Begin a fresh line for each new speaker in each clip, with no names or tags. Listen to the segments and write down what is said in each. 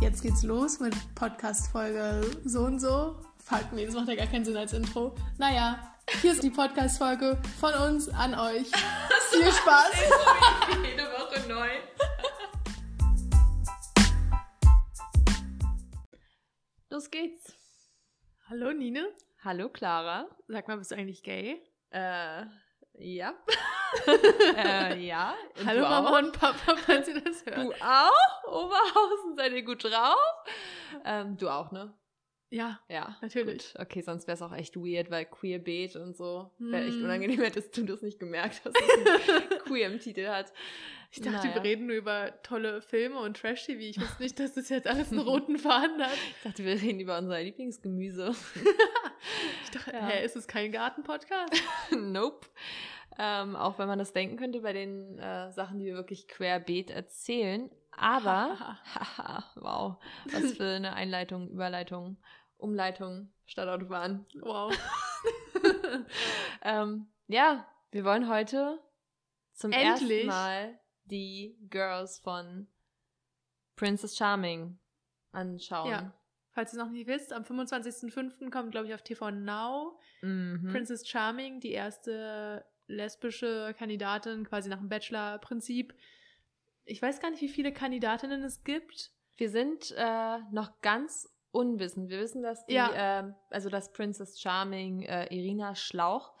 jetzt geht's los mit Podcast-Folge so und so. Fuck, nee, das macht ja gar keinen Sinn als Intro. Naja, hier ist die Podcast-Folge von uns an euch. Viel Spaß!
Sorry, jede Woche neu. Los geht's.
Hallo Nine,
Hallo Clara.
sag mal, bist du eigentlich gay?
Äh, ja. äh, ja. Und
Hallo
du
Mama
Auch?
und Papa, falls ihr das hört.
Du auch? Oberhausen, seid ihr gut drauf? Ähm, du auch, ne?
Ja,
Ja.
natürlich.
Gut. Okay, sonst wäre es auch echt weird, weil Queerbait und so wäre echt
Hm.
unangenehm, hättest du das nicht gemerkt, dass es ein Queer im Titel hat.
Ich dachte,
Naja.
wir reden nur über tolle Filme und Trash-TV. Ich wusste nicht, dass das jetzt alles einen roten Faden hat.
Ich dachte, wir reden über unser Lieblingsgemüse.
Ich dachte,
Ja.
hä, ist es kein Garten-Podcast?
nope. Ähm, auch wenn man das denken könnte bei den äh, Sachen, die wir wirklich querbeet erzählen. Aber, haha, wow, was für eine Einleitung, Überleitung, Umleitung, Stadtautobahn.
Wow.
ähm, ja, wir wollen heute zum
Endlich.
ersten Mal die Girls von Princess Charming anschauen.
Ja. Falls ihr es noch nicht wisst, am 25.05. kommt, glaube ich, auf TV Now
Mhm.
Princess Charming, die erste lesbische Kandidatin, quasi nach dem Bachelor-Prinzip. Ich weiß gar nicht, wie viele Kandidatinnen es gibt.
Wir sind äh, noch ganz unwissend. Wir wissen, dass die,
Ja.
ähm, also dass Princess Charming äh, Irina Schlauch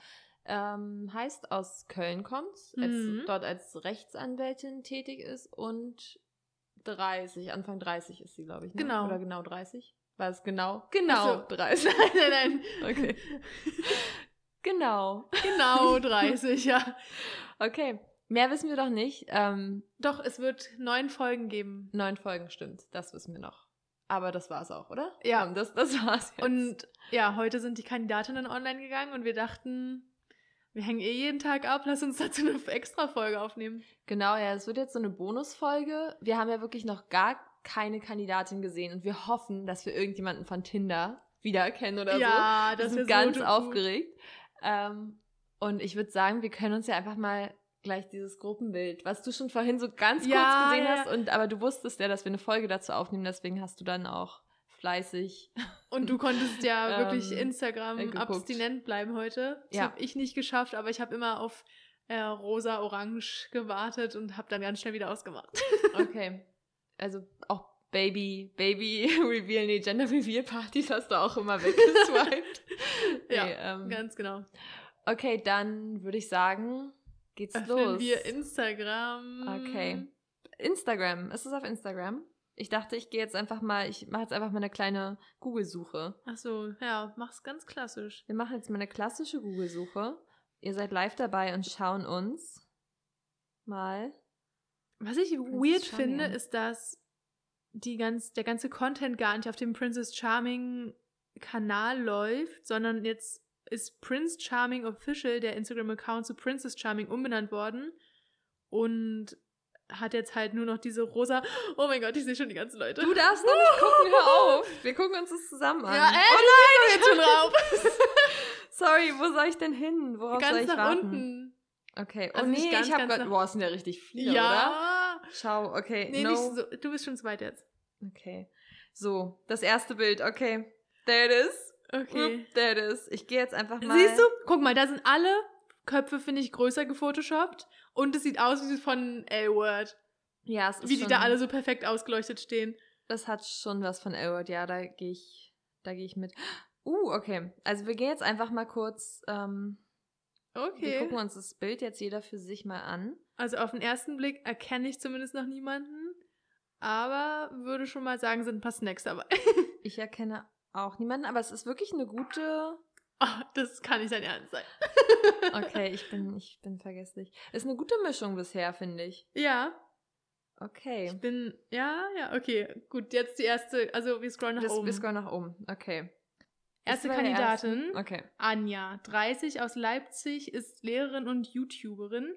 ähm, heißt, aus Köln kommt,
Mhm.
als, dort als Rechtsanwältin tätig ist und 30, Anfang 30 ist sie, glaube ich. Ne?
Genau.
Oder genau 30? War es genau? Genau
Ach
30.
Nein, nein,
Okay. genau.
nein. Genau 30, ja.
Okay. Mehr wissen wir doch nicht. Ähm,
Doch, es wird neun Folgen geben.
neun Folgen stimmt, das wissen wir noch. Aber das war's auch, oder?
Ja.
Komm, das, das war's jetzt.
Und ja, heute sind die Kandidatinnen online gegangen und wir dachten, wir hängen eh jeden Tag ab, lass uns dazu eine extra Folge aufnehmen.
Genau, ja, es wird jetzt so eine Bonusfolge. Wir haben ja wirklich noch gar keine Kandidatin gesehen und wir hoffen, dass wir irgendjemanden von Tinder wiedererkennen oder
ja,
so. Wir
das
sind
ist
ganz
so gut.
aufgeregt. Ähm, und ich würde sagen, wir können uns ja einfach mal gleich dieses Gruppenbild, was du schon vorhin so ganz
Ja,
kurz gesehen
ja.
hast, und aber du wusstest ja, dass wir eine Folge dazu aufnehmen, deswegen hast du dann auch fleißig.
Und du konntest ja
Ähm,
wirklich
äh,
Instagram
geguckt.
abstinent bleiben heute. Das
Ja.
habe ich nicht geschafft, aber ich habe immer auf äh, rosa, orange gewartet und habe dann ganz schnell wieder ausgemacht.
Okay. also auch Baby, Baby Reveal, nee, Gender Reveal Partys hast du auch immer weggeswiped.
Ja,
ähm,
ganz genau.
Okay, dann würde ich sagen, geht's
Öffnen
los.
wir Instagram.
Okay. Instagram. Ist es auf Instagram? Ich dachte, ich gehe jetzt einfach mal, ich mache jetzt einfach mal eine kleine Google-Suche.
Ach so, ja, mach's ganz klassisch.
Wir machen jetzt mal eine klassische Google-Suche. Ihr seid live dabei und schauen uns mal.
Was ich
Princess
weird
Charming
finde,
an.
ist, dass die ganz, der ganze Content gar nicht auf dem Princess Charming Kanal läuft, sondern jetzt ist Prince Charming Official, der Instagram-Account zu Princess Charming umbenannt worden und hat jetzt halt nur noch diese rosa. Oh mein Gott, ich sehe schon die ganzen Leute.
Du darfst noch nicht gucken, hör auf. Wir gucken uns das zusammen an.
ja, ey, oh nein, jetzt schon drauf.
Sorry, wo soll ich denn hin? Worauf soll
ganz
ich
nach
warten?
unten.
Okay. Oh
Also nicht
nee,
ganz,
ich habe
ganz
gerade.
nach-
Boah, sind ja richtig viele, oder?
ja.
Schau, okay.
Nee,
no.
nicht so. Du bist schon zu weit jetzt.
Okay. So, das erste Bild, okay. There it is.
Okay.
Oop, there it is. Ich gehe jetzt einfach mal.
Siehst du? Guck mal, da sind alle Köpfe, finde ich, größer gefotoshoppt. Und es sieht aus wie von L-Word.
Ja, es ist
Wie
schon,
die da alle so perfekt ausgeleuchtet stehen.
Das hat schon was von Elwood, ja, da gehe ich, da gehe ich mit. Uh, okay. Also wir gehen jetzt einfach mal kurz, ähm, wir
Okay.
gucken uns das Bild jetzt jeder für sich mal an.
Also auf den ersten Blick erkenne ich zumindest noch niemanden. Aber würde schon mal sagen, sind ein paar Snacks dabei.
Ich erkenne auch niemanden, aber es ist wirklich eine gute.
Oh, das kann nicht sein Ernst sein.
Okay, ich bin, ich bin vergesslich. Ist eine gute Mischung bisher, finde ich.
Ja,
Okay.
ich bin. Ja, ja, okay. Gut, jetzt die erste. Also wir scrollen nach
Wir,
oben.
wir scrollen nach oben. Okay.
erste
Bist du bei der ersten?
Kandidatin.
Okay.
Anja, 30 aus Leipzig, ist Lehrerin und YouTuberin.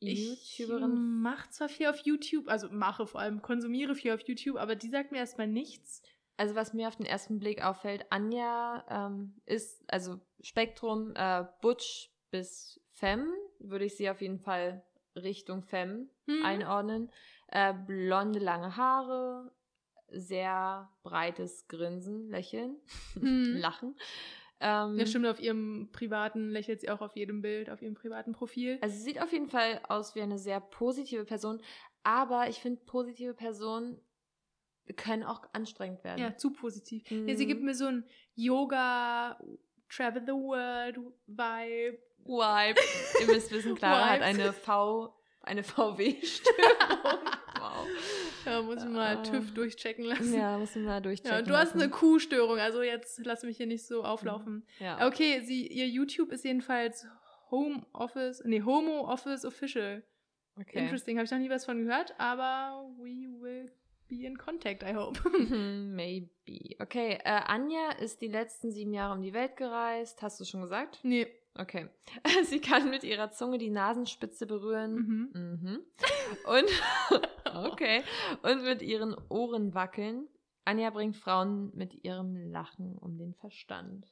Ich hm.
YouTuberin.
mache zwar viel auf YouTube, also mache vor allem, konsumiere viel auf YouTube, aber die sagt mir erstmal nichts.
Also was mir auf den ersten Blick auffällt, Anja ähm, ist, also Spektrum äh, Butch bis Femme, würde ich sie auf jeden Fall Richtung Femme
Hm.
einordnen. Äh, blonde, lange Haare, sehr breites Grinsen, Lächeln,
Mhm.
Lachen. Ähm,
Ja, stimmt, auf ihrem privaten lächelt sie auch auf jedem Bild, auf ihrem privaten Profil.
Also sie sieht auf jeden Fall aus wie eine sehr positive Person, aber ich finde, positive Personen können auch anstrengend werden.
ja, zu positiv.
Mhm.
Ja, sie gibt mir so ein Yoga, Travel the World Vibe.
Wipe. Ihr müsst wissen, Clara hat
Wipe.
eine V, eine VW-Störung. wow.
Da muss ich mal
Ah.
TÜV durchchecken lassen. Ja.
Ja, muss man mal durchchecken.
Ja, und du hast eine
lassen. Mhm.
Kuhstörung, also jetzt lass mich hier nicht so auflaufen.
Ja.
Okay, sie, ihr YouTube ist jedenfalls Home Office, nee, Homo Office Official.
Okay.
Interesting, habe ich noch nie was von gehört, aber we will be in contact, I hope.
Mhm, Maybe. Okay, äh, Anja ist die letzten sieben Jahre um die Welt gereist. Hast du schon gesagt?
nee.
Okay. Sie kann mit ihrer Zunge die Nasenspitze berühren.
Mhm.
Mhm. Und okay. Und mit ihren Ohren wackeln. Anja bringt Frauen mit ihrem Lachen um den Verstand.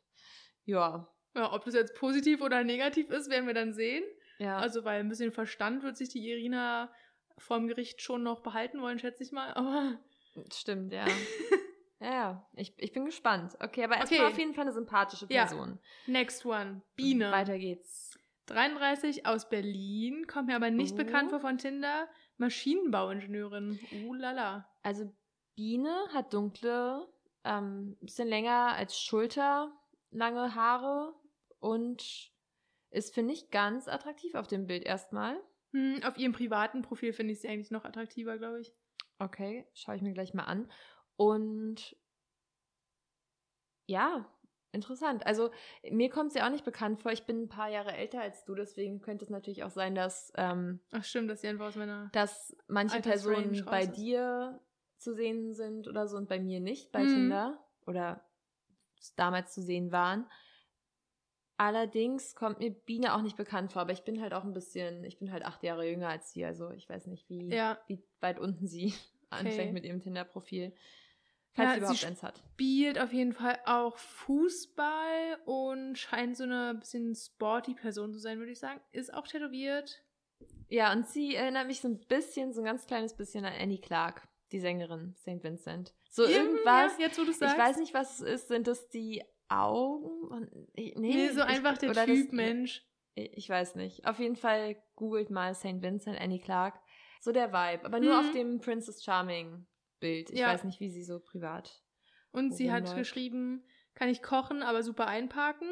Ja.
Ja, ob das jetzt positiv oder negativ ist, werden wir dann sehen.
Ja.
Also, weil ein bisschen Verstand wird sich die Irina vorm Gericht schon noch behalten wollen, schätze ich mal. Aber
Stimmt, ja. ja, ja. Ich, ich bin gespannt. Okay, aber erstmal
Okay.
auf jeden Fall eine sympathische
Ja.
Person.
next one. Biene.
Weiter geht's.
33 aus Berlin, kommt mir aber nicht
Oh.
bekannt vor von Tinder. Maschinenbauingenieurin. Uh lala.
Also Biene hat dunkle, ähm, bisschen länger als Schulter, lange Haare und ist, finde ich, ganz attraktiv auf dem Bild erstmal.
Hm, auf ihrem privaten Profil finde ich sie eigentlich noch attraktiver, glaube ich.
Okay, schaue ich mir gleich mal an. Und ja, interessant. Also mir kommt sie auch nicht bekannt vor. Ich bin ein paar Jahre älter als du, deswegen könnte es natürlich auch sein, dass, ähm,
Ach stimmt, dass sie einfach aus meiner.
dass manche
Altersrange
Personen
raus
bei
ist.
dir zu sehen sind oder so und bei mir nicht bei
Mhm.
Tinder oder damals zu sehen waren. Allerdings kommt mir Biene auch nicht bekannt vor, aber ich bin halt auch ein bisschen, ich bin halt acht Jahre jünger als sie, also ich weiß nicht, wie
Ja,
wie weit unten sie anfängt mit ihrem Tinder-Profil.
Ja,
Falls
sie
sie überhaupt
sp-
eins hat.
spielt auf jeden Fall auch Fußball und scheint so eine bisschen sporty Person zu sein, würde ich sagen. Ist auch tätowiert.
Ja, und sie erinnert mich so ein bisschen, so ein ganz kleines bisschen an Annie Clark, die Sängerin St. Vincent. So irgendwas,
Ja, jetzt, wo du sagst.
ich weiß nicht, was es ist. Sind das die Augen? Und, ich- nee,
Nee, so
ich,
einfach der
oder
Typ
das,
Mensch.
Ich weiß nicht. Auf jeden Fall googelt mal St. Vincent, Annie Clark. So der Vibe, aber nur
Mhm.
auf dem Princess Charming Bild. Ich
Ja.
weiß nicht, wie sie so privat.
Und sie hat
Rumläuft.
geschrieben, kann ich kochen, aber super einparken.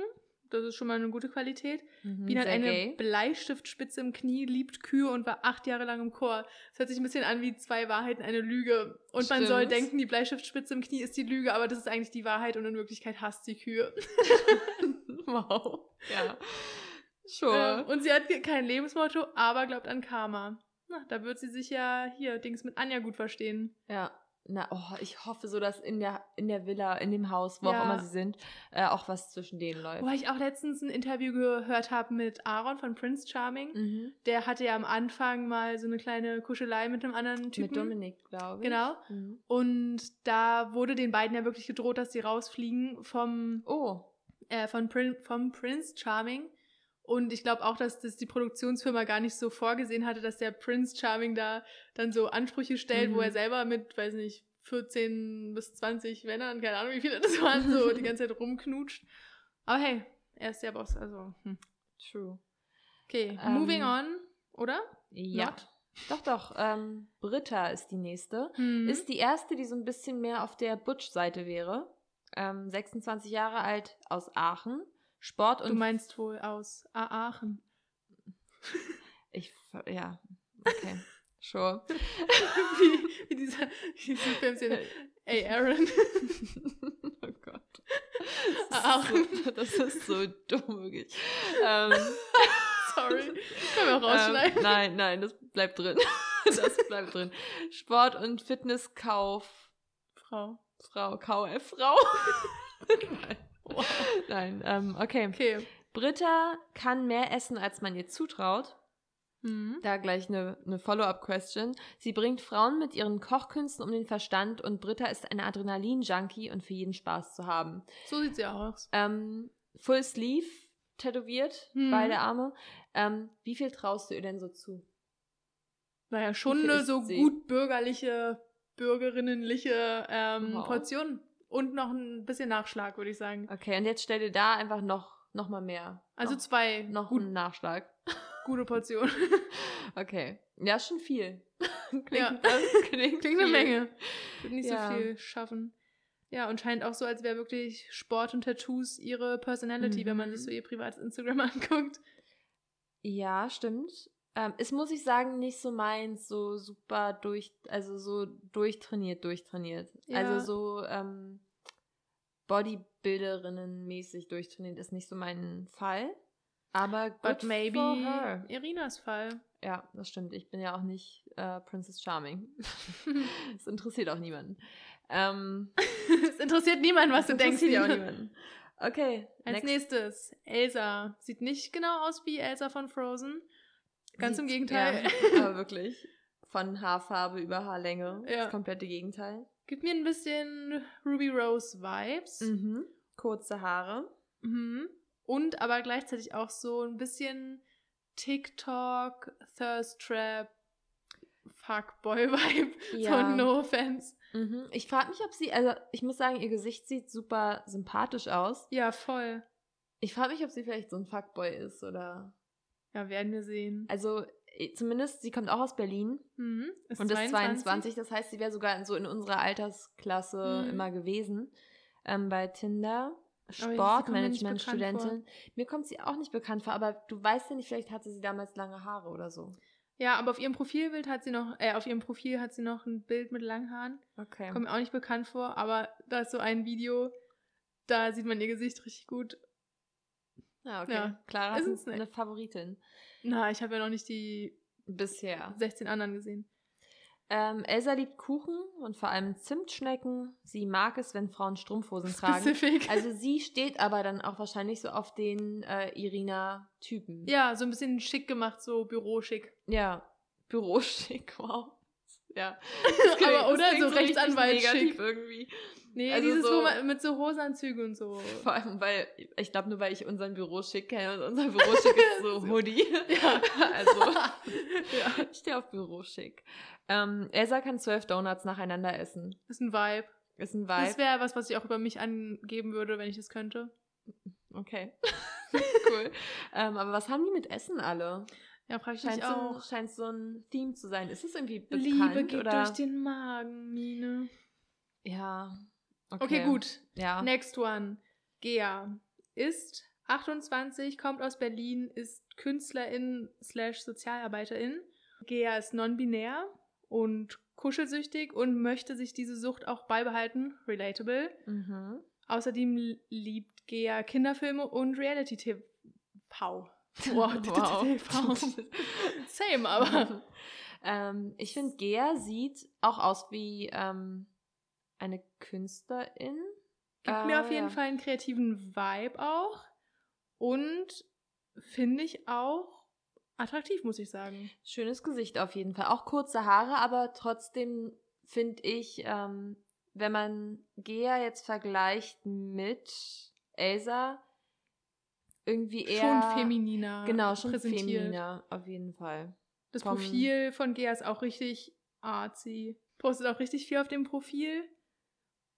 Das ist schon mal eine gute Qualität.
Mhm,
Biene hat
sehr
eine
gay.
Bleistiftspitze im Knie, liebt Kühe und war acht Jahre lang im Chor. Das hört sich ein bisschen an wie zwei Wahrheiten, eine Lüge. Und man
Stimmt.
soll denken, die Bleistiftspitze im Knie ist die Lüge, aber das ist eigentlich die Wahrheit und in Wirklichkeit hasst sie Kühe.
Wow. Ja.
Ähm, und sie hat ge- kein Lebensmotto, aber glaubt an Karma. Na, da wird sie sich ja hier Dings mit Anja gut verstehen.
ja. Na, oh, ich hoffe so, dass in der, in der Villa, in dem Haus, wo
Ja.
auch immer sie sind, äh, auch was zwischen denen läuft.
Wobei ich auch letztens ein Interview gehört habe mit Aaron von Prince Charming.
Mhm.
Der hatte ja am Anfang mal so eine kleine Kuschelei mit einem anderen Typen.
Mit Dominik, glaube ich.
Genau.
Mhm.
Und da wurde den beiden ja wirklich gedroht, dass sie rausfliegen vom,
Oh.
äh, von Prin vom Prince Charming. Und ich glaube auch, dass das die Produktionsfirma gar nicht so vorgesehen hatte, dass der Prince Charming da dann so Ansprüche stellt, wo
Mhm.
er selber mit, weiß nicht, 14 bis 20 Männern, keine Ahnung, wie viele das waren, so die ganze Zeit rumknutscht. Aber hey, er ist der Boss, also. Hm.
True.
Okay,
Ähm,
moving on, oder?
Ja.
Not?
Doch, doch. Ähm, Britta ist die nächste.
Hm.
Ist die erste, die so ein bisschen mehr auf der Butch-Seite wäre. Ähm, 26 Jahre alt, aus Aachen. Sport
du
und
meinst wohl aus A- Aachen.
Ich, ver- ja, okay, sure.
wie, wie dieser, wie diese Filmszene. Ey, Aaron.
oh Gott.
Ach.
Das ist, so, das ist so dumm, wirklich. Ähm,
Sorry. Können wir auch rausschneiden.
ähm, nein, nein, das bleibt drin. Das bleibt drin. Sport- und Fitnesskauf.
Frau.
Frau, KF, Frau. nein, nein ähm, okay.
Okay.
Britta kann mehr essen, als man ihr zutraut.
Mhm.
Da gleich eine, eine Follow-up-Question. Sie bringt Frauen mit ihren Kochkünsten um den Verstand und Britta ist eine Adrenalin-Junkie und für jeden Spaß zu haben.
So sieht sie aus.
Ähm, Full Sleeve tätowiert,
Hm.
beide Arme. Ähm, wie viel traust du ihr denn so zu?
Naja,
Wie
schon
viel
eine
ist
so
sie?
gut bürgerliche bürgerinnenliche ähm,
Wow.
Portion. Und noch ein bisschen Nachschlag, würde ich sagen.
Okay, und jetzt stell dir da einfach noch, noch mal mehr.
Also
noch,
zwei
noch
gut,
einen Nachschlag.
gute Portionen.
Okay. Ja, ist schon viel. klingt,
Ja.
das klingt,
Klingt eine
viel.
Menge. Wird nicht
Ja.
so viel schaffen. Ja, und scheint auch so, als wäre wirklich Sport und Tattoos ihre Personality, wenn man
Mhm.
sich so ihr privates Instagram anguckt.
Ja, stimmt. Ähm, ist, muss ich sagen, nicht so meins, so super durch, also so durchtrainiert, durchtrainiert.
Ja.
Also so ähm, Bodybuilderinnen-mäßig durchtrainiert ist nicht so mein Fall. Aber good
But
for
maybe
her.
Irinas Fall.
Ja, das stimmt. Ich bin ja auch nicht äh, Princess Charming. das interessiert auch niemanden. Ähm,
Es interessiert niemanden, was du
das
denkst.
interessiert ja auch
Nina.
niemanden. Okay,
Als
next.
nächstes, Elsa. Sieht nicht genau aus wie Elsa von Frozen. Ganz im
Sieht-
Gegenteil.
Ja, aber wirklich. Von Haarfarbe über Haarlänge.
Ja.
Das komplette Gegenteil.
Gibt mir ein bisschen Ruby Rose Vibes.
Mhm. Kurze Haare.
Mhm. Und aber gleichzeitig auch so ein bisschen TikTok, Thirst Trap, Fuckboy-Vibe. So no offense.
Mhm. Ich frage mich, ob sie, also ich muss sagen, ihr Gesicht sieht super sympathisch aus.
Ja, voll.
Ich frage mich, ob sie vielleicht so ein Fuckboy ist oder.
Ja, werden wir sehen.
Also eh, zumindest, sie kommt auch aus Berlin
Mhm. Ist
und ist 22. Das heißt, sie wäre sogar in, so in unserer Altersklasse
Mhm.
immer gewesen. Ähm, bei Tinder.
sie kommt mir nicht
Sportmanagement-Studentin. Mir kommt sie auch nicht bekannt vor, aber du weißt ja nicht, vielleicht hatte sie damals lange Haare oder so.
Ja, aber auf ihrem Profilbild hat sie noch, äh, auf ihrem Profil hat sie noch ein Bild mit langen Haaren.
Okay.
Kommt mir auch nicht bekannt vor, aber da ist so ein Video, da sieht man ihr Gesicht richtig gut.
Ja, ah, okay.
Ja.
Clara
Ist ein
ist
Snack.
eine Favoritin.
Na, ich habe ja noch nicht die
Bisher.
16 anderen gesehen.
Ähm, Elsa liebt Kuchen und vor allem Zimtschnecken. Sie mag es, wenn Frauen Strumpfhosen tragen.
Specific.
Also sie steht aber dann auch wahrscheinlich so auf den äh, Irina-Typen.
ja, so ein bisschen schick gemacht, so büroschick.
Ja. Büroschick, wow. Ja.
aber oder so
negativ
Rechtsanwaltschick.
irgendwie.
Nee,
Also
dieses
so-
wo man, mit so Hosenanzügen und so.
Vor allem, weil, ich glaube nur, weil ich unseren Büroschick kenne und unser Büroschick ist so Hoodie.
Ja.
Also,
Ja.
ich stehe auf Büroschick. Ähm, Elsa kann zwölf Donuts nacheinander essen.
Ist ein Vibe.
Ist ein
Das
Vibe.
wäre was, was ich auch über mich angeben würde, wenn ich das könnte.
Okay. cool. ähm, aber was haben die mit Essen alle?
Ja, frage ich
Scheint
mich
so, ein,
auch.
scheint so ein Theme zu sein. Ist es irgendwie bekannt?
Liebe geht
oder?
durch den Magen, Mine.
Ja.
Okay, gut.
Ja.
Next one. Gea ist 28, kommt aus Berlin, ist Künstlerin slash Sozialarbeiterin. Gea ist non-binär und kuschelsüchtig und möchte sich diese Sucht auch beibehalten. Relatable.
Mhm.
Außerdem liebt Gea Kinderfilme und Reality-TV. Wow. TV. Same, aber.
ähm, ich finde, Gea sieht auch aus wie ähm, eine Künstlerin.
Gibt
Ah,
mir auf jeden
ja.
Fall einen kreativen Vibe auch. Und finde ich auch attraktiv, muss ich sagen.
Schönes Gesicht auf jeden Fall. Auch kurze Haare, aber trotzdem finde ich, ähm, wenn man Gea jetzt vergleicht mit Elsa, irgendwie eher.
schon femininer.
Genau, schon
präsentiert.
femininer, auf jeden Fall.
Das
vom-
Profil von Gea ist auch richtig artsy. Postet auch richtig viel auf dem Profil.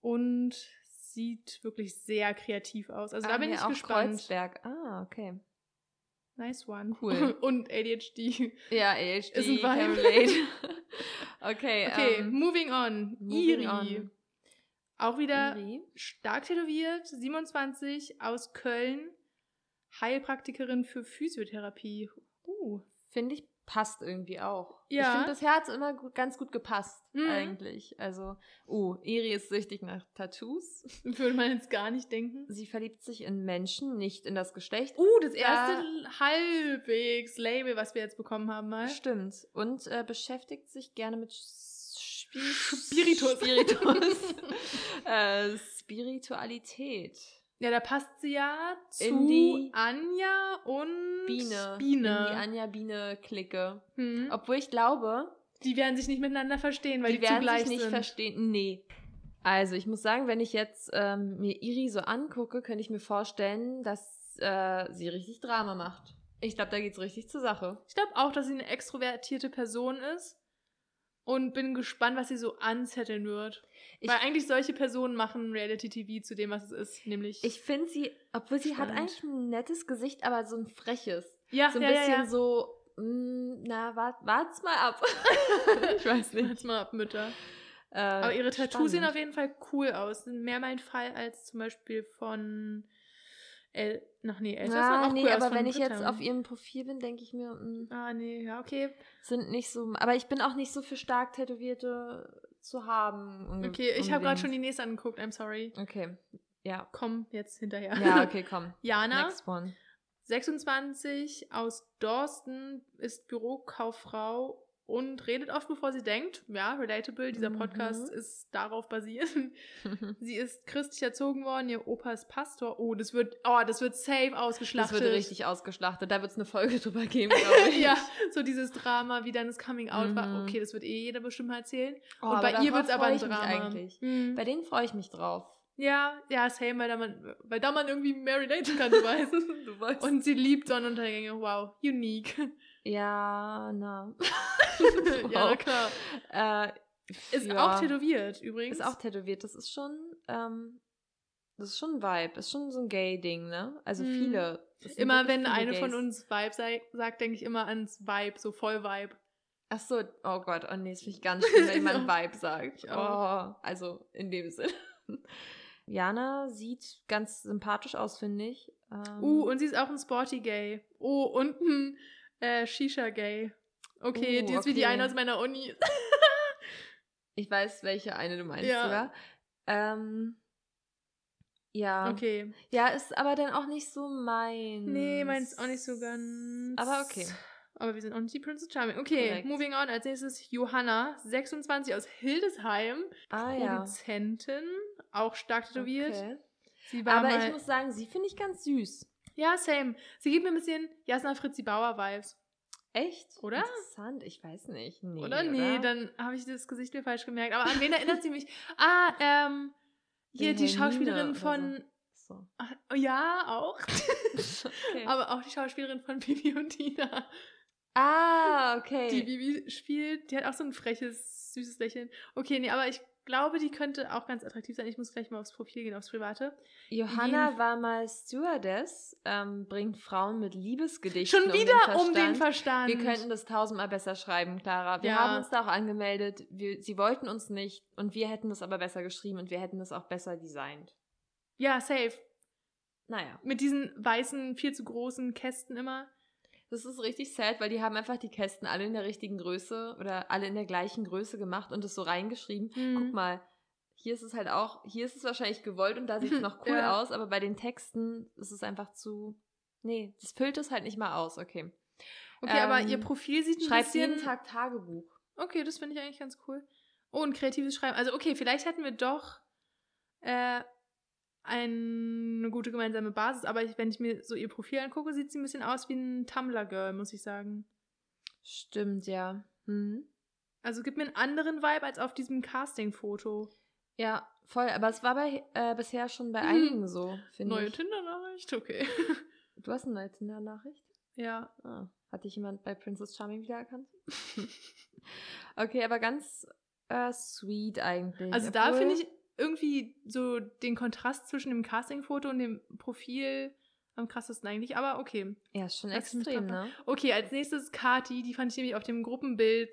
Und sieht wirklich sehr kreativ aus. Also da
Ah,
bin
hier
ich
auch
gespannt.
Kreuzberg. Ah, okay.
Nice one.
Cool.
Und ADHD.
Ja, ADHD,
Ist ein
can
Vibe.
relate. okay,
Okay,
ähm,
moving on.
moving
Iri.
on.
Auch wieder
Iri.
stark tätowiert, 27, aus Köln, Heilpraktikerin für Physiotherapie. Uh.
Finde ich, passt irgendwie auch. Ich
Ja.
finde, das Herz immer gut, ganz gut gepasst,
Mhm.
eigentlich. Also, oh, Iri ist süchtig nach Tattoos.
Würde man jetzt gar nicht denken.
Sie verliebt sich in Menschen, nicht in das Geschlecht.
Uh, das
Da-
erste halbwegs Label, was wir jetzt bekommen haben, mal.
Stimmt. Und äh, beschäftigt sich gerne mit Sch-
Spiritus.
Spiritus. äh, Spiritualität.
Ja, da passt sie ja zu
In die-
Anja und
Biene. In die
Biene.
Anja Biene-Clique.
Hm.
Obwohl ich glaube,
Die werden sich nicht miteinander verstehen, weil die,
die werden
zugleich
sich nicht
sind.
verstehen. Nee. Also ich muss sagen, wenn ich jetzt ähm, mir Iri so angucke, könnte ich mir vorstellen, dass äh, sie richtig Drama macht. Ich glaube, da geht's richtig zur Sache.
Ich glaube auch, dass sie eine extrovertierte Person ist. Und bin gespannt, was sie so anzetteln wird.
Ich-
Weil eigentlich solche Personen machen Reality-TV zu dem, was es ist, nämlich...
Ich finde sie, obwohl sie hat
Spannend.
eigentlich ein nettes Gesicht, aber so ein freches.
ja,
so ein bisschen so, mm, na, wart, wart's mal ab. ich weiß
Jetzt mal ab, Mütter.
Äh,
Aber ihre Tattoos sehen
spannend.
auf jeden Fall cool aus. Sind mehr mein Fall als zum Beispiel von El. Ach nee, Elsa
Ah,
sah auch
nee,
cool aus.
aber
von
wenn ich
Britta.
jetzt auf ihrem Profil bin, denke ich mir, mm,
Ah, nee, ja, okay.
sind nicht so. Aber ich bin auch nicht so für stark Tätowierte zu haben. unge-
Okay, ich habe gerade
Hm, unbedingt.
schon die nächste angeguckt, I'm sorry.
Okay, ja.
Komm jetzt hinterher.
Ja, okay, komm.
Jana,
Next one.
26, aus Dorsten, ist Bürokauffrau und redet oft, bevor sie denkt. Ja, relatable, dieser
Mhm.
Podcast ist darauf basiert. Sie ist christlich erzogen worden, ihr Opa ist Pastor. Oh, das wird, oh, das wird safe
Das
ausgeschlachtet.
wird richtig ausgeschlachtet. Da wird es eine Folge drüber geben, glaube ich.
ja, so dieses Drama, wie dann das Coming Out war.
Mhm.
Okay, das wird eh jeder bestimmt mal erzählen.
Oh,
und bei ihr
davor
wird es aber
freu
ein
ich mich
Drama.
Eigentlich.
Mhm.
Bei denen freue ich mich drauf.
Ja, ja, same, weil da man, weil da man irgendwie mehr relaten kann, du weißt.
du weißt.
Und sie liebt Sonnenuntergänge, wow, unique.
ja, na.
ja, na klar.
Äh,
Ist
ja.
auch tätowiert übrigens.
Ist auch tätowiert. Das ist schon, ähm, das ist schon ein Vibe. Ist schon so ein Gay-Ding, ne? Also
Mhm.
viele. es sind
immer
wirklich
wenn
viele
eine von
Gays.
uns Vibe sei, sagt, denke ich immer ans Vibe, so voll Vibe.
Ach so, oh Gott, oh nee, das finde ich ganz schlimm, wenn jemand Vibe sagt.
Ich
Oh, also in dem Sinne. Jana sieht ganz sympathisch aus, finde ich. Ähm,
Uh, und sie ist auch ein Sporty Gay. Oh, und ein äh, Shisha Gay. Okay,
Uh,
die ist wie die
okay.
eine aus meiner Uni.
ich weiß, welche eine du meinst,
Ja.
sogar. Ähm, ja.
Okay,
Ja, ist aber dann auch nicht so mein.
Nee, meins auch nicht so ganz.
Mm, Aber okay.
Aber wir sind auch nicht die Princess Charming. Okay,
Korrekt.
moving on. Als nächstes Johanna, 26 aus Hildesheim.
Ah ja.
Produzentin, auch stark tätowiert.
Okay.
Sie war
Aber
mal,
ich muss sagen, sie finde ich ganz süß.
Ja, same. Sie gibt mir ein bisschen Jasna Fritzi Bauer Vibes.
Echt?
Oder?
Interessant, ich weiß nicht. Nee,
oder? Nee, dann habe ich das Gesicht mir falsch gemerkt. Aber an wen erinnert sie mich? Ah, ähm, hier die
Wilhelmine
Schauspielerin
oder
von.
So.
Ach, Ja, auch.
Okay.
Aber auch die Schauspielerin von Bibi und Tina.
ah, okay.
die Bibi spielt, die hat auch so ein freches, süßes Lächeln. Okay, nee, aber ich glaube, die könnte auch ganz attraktiv sein. Ich muss gleich mal aufs Profil gehen, aufs Private.
Johanna
Jeden-
war mal Stewardess, ähm, bringt Frauen mit Liebesgedichten.
Schon wieder um den
Verstand.
Verstand.
Wir könnten das tausendmal besser schreiben, Clara. Wir
Ja.
haben uns da auch angemeldet. Wir, sie wollten uns nicht und wir hätten das aber besser geschrieben und wir hätten das auch besser designt.
ja, safe.
Naja,
Mit diesen weißen, viel zu großen Kästen immer.
das ist richtig sad, weil die haben einfach die Kästen alle in der richtigen Größe oder alle in der gleichen Größe gemacht und es so reingeschrieben.
Hm. Mhm.
Guck mal, hier ist es halt auch, hier ist es wahrscheinlich gewollt und da sieht es noch cool
Ja.
aus, aber bei den Texten ist es einfach zu. Nee, das füllt es halt nicht mal aus, okay.
Okay, aber
ähm,
ihr Profil sieht ein
Schreibt
bisschen...
jeden Tag Tagebuch.
Okay, das finde ich eigentlich ganz cool. Oh, ein kreatives Schreiben. Also okay, vielleicht hätten wir doch äh, eine gute gemeinsame Basis, aber ich, wenn ich mir so ihr Profil angucke, sieht sie ein bisschen aus wie ein Tumblr-Girl, muss ich sagen.
Stimmt, ja. Mhm.
Also gibt mir einen anderen Vibe als auf diesem Casting-Foto.
Ja, voll. Aber es war bei, äh, bisher schon bei
Mhm.
einigen so, finde
Neue
ich.
Tinder-Nachricht? Okay.
Du hast eine neue Tinder-Nachricht?
ja.
Ah, hat dich jemand bei Princess Charming wiedererkannt? okay, aber ganz äh, sweet eigentlich.
Also da
Obwohl-
finde ich irgendwie so den Kontrast zwischen dem Casting-Foto und dem Profil am krassesten eigentlich, aber okay.
Ja, ist schon
Lass mich
extrem,
drauf-
ne?
Okay, als nächstes Kati, die fand ich nämlich auf dem Gruppenbild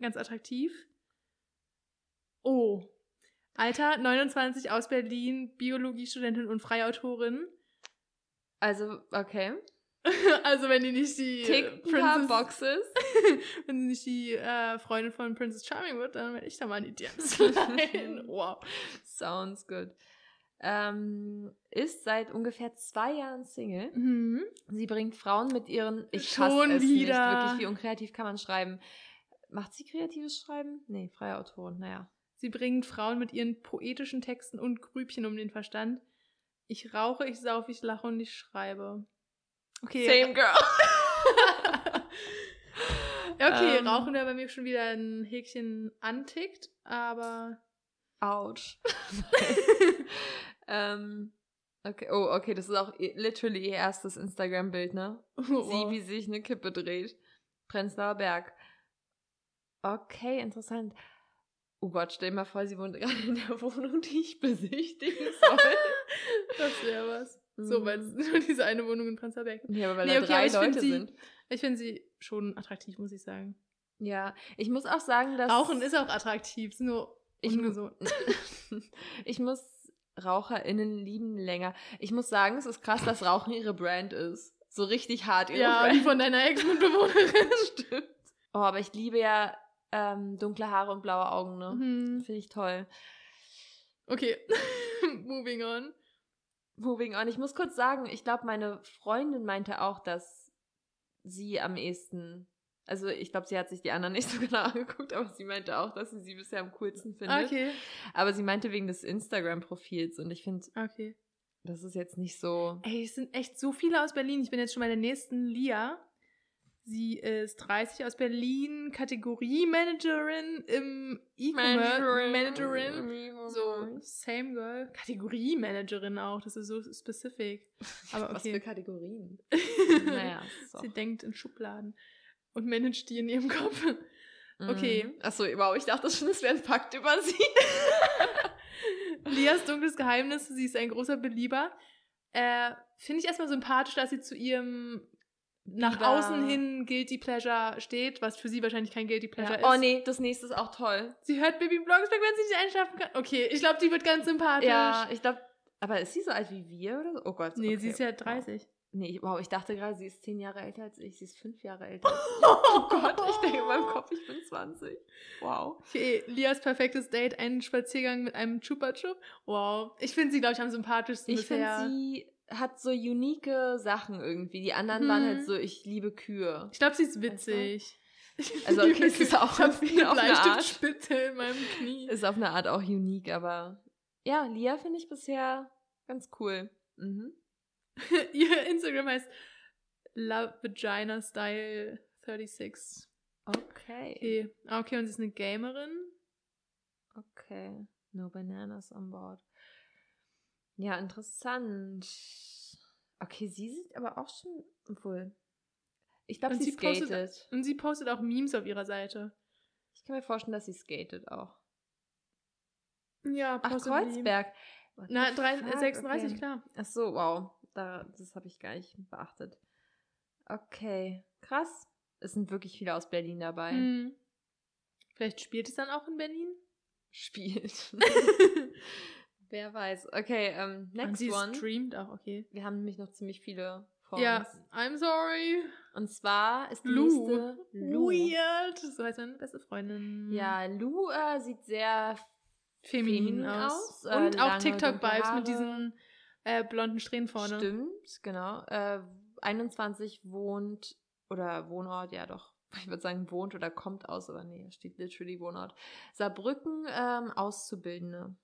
ganz attraktiv. Oh. Alter, 29 aus Berlin, Biologiestudentin und Freiautorin.
Also, okay.
also wenn die nicht die
Tick ein paar
Princess-
Boxes.
Wenn sie nicht die äh, Freundin von Princess Charming wird, dann werde ich da mal in die DMs rein. wow.
Sounds good. Ähm, ist seit ungefähr zwei Jahren Single.
Mhm.
Sie bringt Frauen mit ihren. Ich
Schon
hasse es
wieder.
Nicht, wirklich, wie unkreativ kann man schreiben? Macht sie kreatives Schreiben? Nee, freie Autorin, naja.
Sie bringt Frauen mit ihren poetischen Texten und Grübchen um den Verstand. Ich rauche, ich saufe, ich lache und ich schreibe. Okay.
Same girl.
äh, Okay,
Ähm.
Rauchen wäre bei mir schon wieder ein Häkchen antickt, aber
Autsch. ähm, okay, oh, okay, das ist auch i- literally ihr erstes
Oh,
Instagram-Bild, ne? Sie, wie sich eine Kippe dreht. Prenzlauer Berg. Okay, interessant. Oh Gott, stell dir mal vor, sie wohnt gerade in der Wohnung, die ich besichtigen soll.
Das wäre was. So, weil
Mhm.
es nur diese eine Wohnung in Prenzlberg gibt.
ja, aber weil
Nee,
da
okay, aber
drei
ich find
Leute
sie-
sind.
Ich finde sie schon attraktiv, muss ich sagen.
Ja, ich muss auch sagen, dass
Rauchen ist auch attraktiv, ist nur
Ich-
ungesund.
ich muss RaucherInnen lieben länger. Ich muss sagen, es ist krass, dass Rauchen ihre Brand ist. So richtig hart ihre
ja,
Brand.
die von deiner Ex-Mitbewohnerin.
Stimmt. Oh, aber ich liebe ja ähm, dunkle Haare und blaue Augen, ne?
Mhm.
Finde ich toll.
Okay, moving on.
Moving on. Ich muss kurz sagen, ich glaube, meine Freundin meinte auch, dass sie am ehesten. Also ich glaube, sie hat sich die anderen nicht so genau angeguckt, aber sie meinte auch, dass sie sie bisher am coolsten findet.
Okay,
Aber sie meinte wegen des Instagram-Profils und ich finde,
okay.
das ist jetzt nicht so.
Ey, es sind echt so viele aus Berlin. Ich bin jetzt schon bei der nächsten Lia. Sie ist 30 aus Berlin, Kategoriemanagerin im E-Commerce. Managerin. So, same girl. Kategoriemanagerin auch, das ist so specific. Aber
Was
okay.
für Kategorien? naja, so.
Sie denkt in Schubladen und managt die in ihrem Kopf. okay.
Okay. Achso, Mhm. wow, ich dachte schon, es wäre ein Fakt über sie.
Lias dunkles Geheimnis, sie ist ein großer Belieber. Äh, Finde ich erstmal sympathisch, dass sie zu ihrem nach
Bieber.
außen hin Guilty Pleasure steht, was für sie wahrscheinlich kein Guilty Pleasure
Oh
ist.
nee, das nächste ist auch toll.
Sie hört Baby Blocksberg, wenn sie nicht einschlafen kann. Okay, ich glaube, die wird ganz sympathisch.
Ja, ich glaube. Aber ist sie so alt wie wir oder so? Oh Gott.
nee,
okay.
sie ist ja 30.
Nee, ich- wow, ich dachte gerade, sie ist zehn Jahre älter als ich. Sie ist fünf Jahre älter als ich. Oh Gott, ich denke in meinem Kopf, ich bin 20. Wow.
Okay, Lias eh, perfektes Date, einen Spaziergang mit einem Chupa Chup. Wow. Ich finde sie, glaube ich, am sympathischsten
Ich finde,
bisher.
sie hat so unique Sachen irgendwie. Die anderen waren
Mhm.
halt so, ich liebe Kühe.
ich glaube, sie ist witzig.
Also, okay, es ist
ich
auch
hab
auf
eine
eine Art.
Bleistiftspitze in meinem Knie.
Ist auf eine Art auch unique, aber ja, Lia finde ich bisher ganz cool. Mhm.
Ihr Instagram heißt Love Vagina Style 36.
Okay.
Okay. Ah, okay, und sie ist eine Gamerin.
Okay. No bananas on board. Ja, interessant. Okay, sie sieht aber auch schon wohl. Ich glaube,
Und
sie,
sie postet-
skatet.
Und sie postet auch Memes auf ihrer Seite.
Ich kann mir vorstellen, dass sie skatet auch.
Ja,
Ach, Kreuzberg. What
Na,
the
drei-
fuck,
36,
okay.
klar.
Ach so, wow. Da, das habe ich gar nicht beachtet. Okay, krass. Es sind wirklich viele aus Berlin dabei.
Hm. Vielleicht spielt es dann auch in Berlin.
Spielt. Wer weiß. Okay, ähm,
und
next
sie
one.
streamt auch, okay.
Wir haben nämlich noch ziemlich viele vor
Ja,
uns.
I'm sorry.
Und zwar ist die
Lou.
nächste Lou.
Weird. So heißt meine beste Freundin.
Ja, Lou äh, sieht sehr
feminin,
feminin aus,
aus.
äh,
Und auch
lange, dunkle
TikTok-Vibes
Haare.
mit diesen äh, blonden Strähnen vorne.
Stimmt, genau. Äh, 21 wohnt oder Wohnort, ja doch. Ich würde sagen, wohnt oder kommt aus, aber nee, steht literally Wohnort. Saarbrücken ähm, Auszubildende.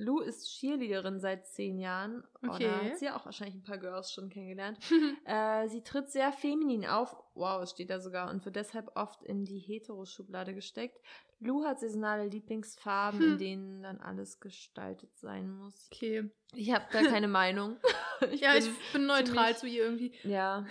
Lou ist Cheerleaderin seit zehn Jahren. Okay. da
Okay.
hat sie ja auch wahrscheinlich ein paar Girls schon kennengelernt. Äh, sie tritt sehr feminin auf. Wow, es steht da sogar. Und wird deshalb oft in die Hetero-Schublade gesteckt. Lou hat saisonale Lieblingsfarben, in
Hm.
denen dann alles gestaltet sein muss.
Okay.
Ich habe da keine Meinung. Ich
ja,
bin-
ich bin neutral
ziemlich-
zu ihr irgendwie.
ja,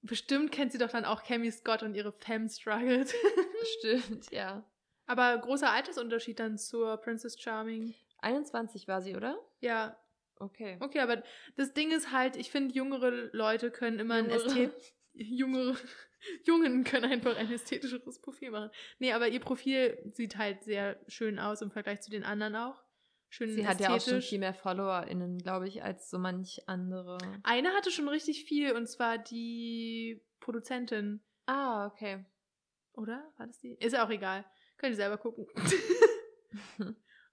Bestimmt kennt sie doch dann auch Cammy Scott und ihre Femme Struggles.
stimmt, ja.
Aber großer Altersunterschied dann zur Princess Charming.
21 war sie, oder?
Ja,
Okay.
okay, aber das Ding ist halt, ich finde, jüngere Leute können immer ein Ästhet. Jüngere. Jungen können einfach ein ästhetischeres Profil machen. Nee, aber ihr Profil sieht halt sehr schön aus im Vergleich zu den anderen auch. Schön
Sie hat
ästhetisch.
ja auch schon viel mehr FollowerInnen, glaube ich, als so manch andere.
Eine hatte schon richtig viel und zwar die Produzentin,
Ah, okay.
oder? War das die? Ist ja auch egal. Könnt ihr selber gucken.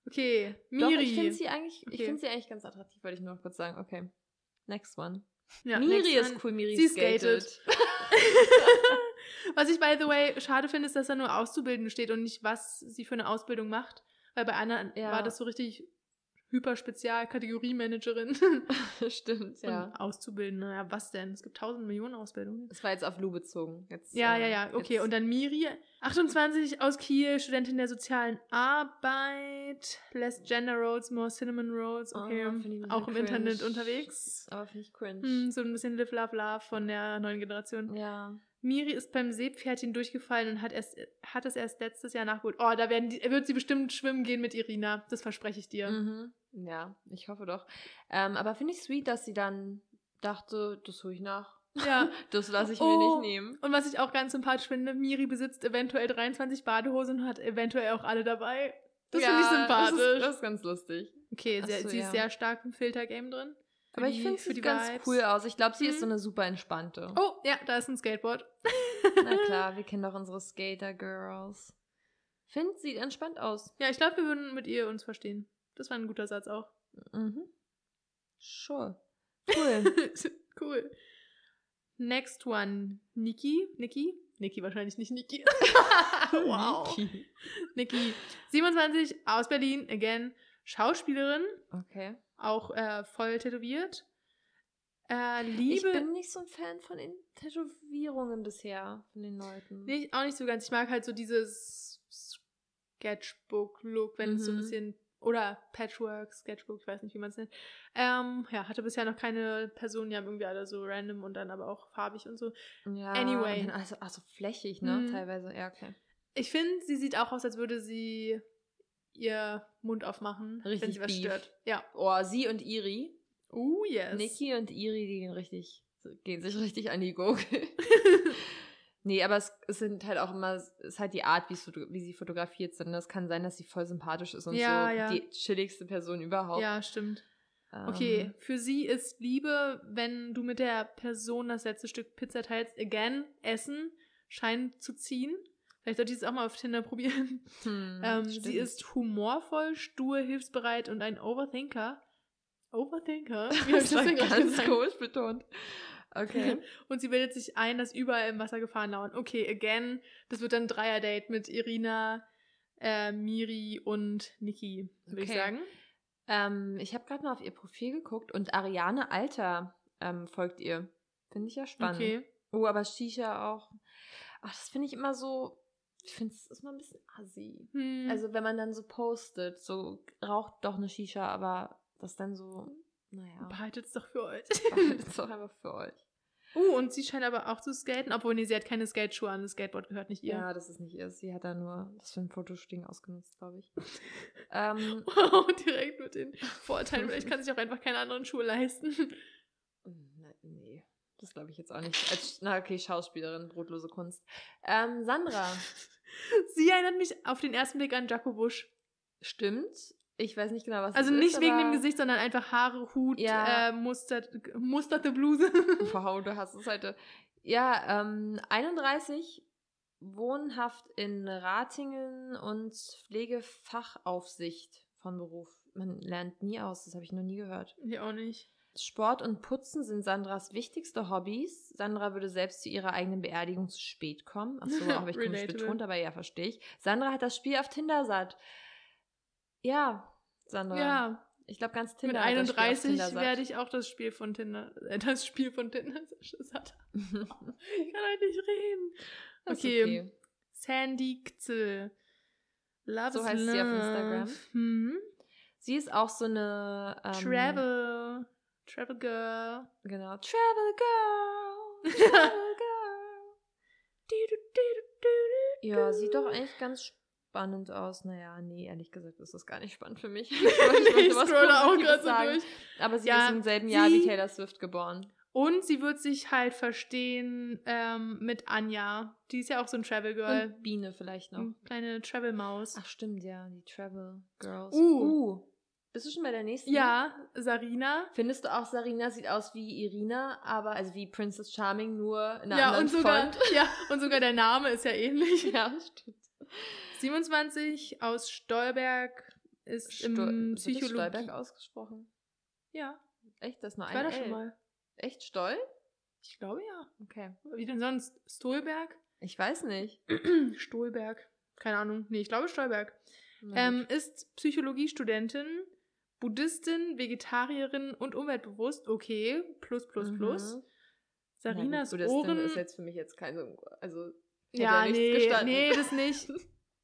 okay,
Doch,
Miri.
ich finde sie, eigentlich- ich
Okay.
find sie eigentlich ganz attraktiv, wollte ich nur noch kurz sagen. Okay. Next one.
Ja, next one.
Miri ist cool, Miri
Sie
skatet.
skatet. Was ich, by the way, schade finde, ist, dass da nur Auszubildende steht und nicht, was sie für eine Ausbildung macht. Weil bei Anna
Ja.
war das so richtig hyperspezial-Kategoriemanagerin.
Stimmt, ja.
Und Auszubildende, ja, was denn? Es gibt tausend Millionen Ausbildungen.
Das war jetzt auf Lou bezogen. Jetzt,
Ja, ja,
äh,
ja, okay.
jetzt-
Und dann Miri, 28, aus Kiel, Studentin der sozialen Arbeit, less Gender Rolls, more Cinnamon Rolls,
Ah,
okay. ähm,
find ich ein
auch im
bisschen
Internet
cringe.
unterwegs.
Aber finde ich cringe.
Hm, so ein bisschen Live, Love, Love von der neuen Generation.
Ja.
Miri ist beim Seepferdchen durchgefallen und hat, erst, hat es erst letztes Jahr nachgeholt. Oh, da werden die, wird sie bestimmt schwimmen gehen mit Irina. Das verspreche ich dir.
Mhm. Ja, ich hoffe doch. Ähm, aber finde ich sweet, dass sie dann dachte, das hole ich nach.
Ja.
Das lasse ich mir
Oh.
nicht nehmen.
Und was ich auch ganz sympathisch finde, Miri besitzt eventuell 23 Badehosen und hat eventuell auch alle dabei. Das
Ja,
finde ich
Das ist,
sympathisch.
das ist ganz lustig.
okay,
Ach
sie,
so,
sie
ja.
ist sehr stark im Filtergame drin. Für
Aber ich
die-
finde,
für die
sieht ganz
Vibes.
cool aus. Ich glaube, sie ist so
Mhm.
eine super entspannte.
Oh, ja, da ist ein Skateboard.
Na klar, wir kennen doch unsere Skater-Girls. Find, sieht entspannt aus.
Ja, ich glaube, wir würden mit ihr uns verstehen. Das war ein guter Satz auch.
Mhm. Sure. Cool.
cool. Next one. Niki? Niki? Niki wahrscheinlich nicht Niki. wow.
Niki.
Niki. 27, aus Berlin, again. Schauspielerin,
Okay.
auch äh, voll tätowiert. Äh,
Ich
Liebe.
bin nicht so ein Fan von den Tätowierungen bisher von den Leuten.
Nee, auch nicht so ganz. Ich mag halt so dieses Sketchbook-Look, wenn es so ein
Mhm.
bisschen. Oder Patchwork, Sketchbook, ich weiß nicht, wie man es nennt. Ähm, ja, hatte bisher noch keine Person, die haben irgendwie alle so random und dann aber auch farbig und so.
Ja,
Anyway.
und dann Also, also flächig, ne?
Mhm.
Teilweise. Ja, okay.
Ich finde, sie sieht auch aus, als würde sie ihr Mund aufmachen, wenn
Richtig
sie was
beef.
stört. Ja.
Oh, sie und Iri.
Oh, yes.
Niki und Iri, die gehen richtig, gehen sich richtig an die Gurgel. nee, aber es, es sind halt auch immer, es ist halt die Art, wie, es, foto- wie sie fotografiert sind. Das kann sein, dass sie voll sympathisch ist und
Ja,
so
ja.
die chilligste Person überhaupt.
Ja, stimmt.
Ähm,
Okay, für sie ist Liebe, wenn du mit der Person das letzte Stück Pizza teilst, again, Essen, scheint zu ziehen. Vielleicht sollte ich es auch mal auf Tinder probieren.
Hm,
ähm,
stimmt.
sie ist humorvoll, stur, hilfsbereit und ein Overthinker. Overthinker? Wie hab ich das denn gerade
ganz
gesagt?
komisch betont. Okay.
Und sie bildet sich ein, dass überall im Wasser Gefahren lauern. Okay, again, das wird dann ein Dreier-Date mit Irina, äh, Miri und Niki, würde ich
Okay.
sagen.
ähm, ich habe gerade mal auf ihr Profil geguckt und Ariane Alter ähm, folgt ihr. Finde ich ja spannend.
Okay.
Oh, aber Shisha auch. Ach, das finde ich immer so. Ich finde es ist immer ein bisschen assi.
Hm.
Also, wenn man dann so postet, so raucht doch eine Shisha, aber das dann so. Naja.
Behaltet es doch für euch.
Das ist doch einfach für euch.
Uh, und sie scheint aber auch zu skaten, obwohl, nee, sie hat keine Skateschuhe an, das Skateboard gehört nicht ihr.
Ja, das ist nicht ihr. Sie hat da nur das für ein Fotosting ausgenutzt, glaube ich. ähm,
Wow, direkt mit den Vorurteilen. Vielleicht kann sie sich auch einfach keine anderen Schuhe leisten.
na, nee, das glaube ich jetzt auch nicht. Als, na, okay, Schauspielerin, brotlose Kunst. Ähm, Sandra.
Sie erinnert mich auf den ersten Blick an Jaco Busch.
Stimmt. Ich weiß nicht genau, was
Also
das
nicht
ist,
wegen
aber-
dem Gesicht, sondern einfach Haare, Hut,
Ja.
äh, mustert, musterte Bluse.
Wow, du hast es heute. Ja, ähm, 31, wohnhaft in Ratingen und Pflegefachaufsicht von Beruf. Man lernt nie aus, das habe ich noch nie gehört.
ich auch nicht.
Sport und Putzen sind Sandras wichtigste Hobbys. Sandra würde selbst zu ihrer eigenen Beerdigung zu spät kommen. Achso, habe ich komisch
Relatable.
betont, aber ja, verstehe ich. Sandra hat das Spiel auf Tinder satt. Ja, Sandra.
Ja,
Ich glaube, ganz
Mit
Tinder hat das Spiel auf
31
Tinder satt.
werde ich auch das Spiel von Tinder, äh, das Spiel von Tinder satt. Ich kann heute nicht reden.
Ist
Okay. Sandy Kzel. Love
So
is
heißt sie
love.
auf Instagram.
Mhm.
Sie ist auch so eine ähm,
Travel. Travel Girl.
Genau. Travel Girl. Travel Girl.
Du, du, du, du, du.
ja, sieht doch eigentlich ganz spannend aus. Naja, nee, ehrlich gesagt ist das gar nicht spannend für mich. Ich wollte
ich
was
scroll da auch
Positives
gerade so
sagen.
durch.
Aber sie
Ja,
ist im selben Jahr wie
sie-
Taylor Swift geboren.
Und sie wird sich halt verstehen ähm, mit Anja. Die ist ja auch so ein Travel Girl.
Und Biene vielleicht noch.
Eine kleine Travel Maus.
Ach stimmt, ja, die Travel Girls.
Uh.
uh. Bist du schon bei der nächsten?
Ja, Sarina.
Findest du auch, Sarina sieht aus wie Irina, aber also wie Princess Charming, nur in einer
Ja
anderen
und, sogar,
Font?
ja, und sogar der Name ist ja ähnlich.
Ja, stimmt.
27 aus Stolberg ist im
Stol- wird das Stolberg
Psychologie.
ausgesprochen?
Ja,
Echt, das ist nur
ich
ein
war da
L.
schon mal.
Echt Stoll?
Ich glaube ja.
Okay.
Wie denn sonst? Stolberg?
Ich weiß nicht.
Stolberg. Keine Ahnung. Nee, ich glaube Stolberg.
Na gut.
Ähm, ist Psychologiestudentin, Buddhistin, Vegetarierin und umweltbewusst. Okay, plus, plus,
Mhm.
plus.
Na gut,
Sarinas
Buddhistin
Ohren.
ist jetzt für mich jetzt kein so. Also, hätte
ja,
nichts
nee,
gestanden.
nee, das nicht.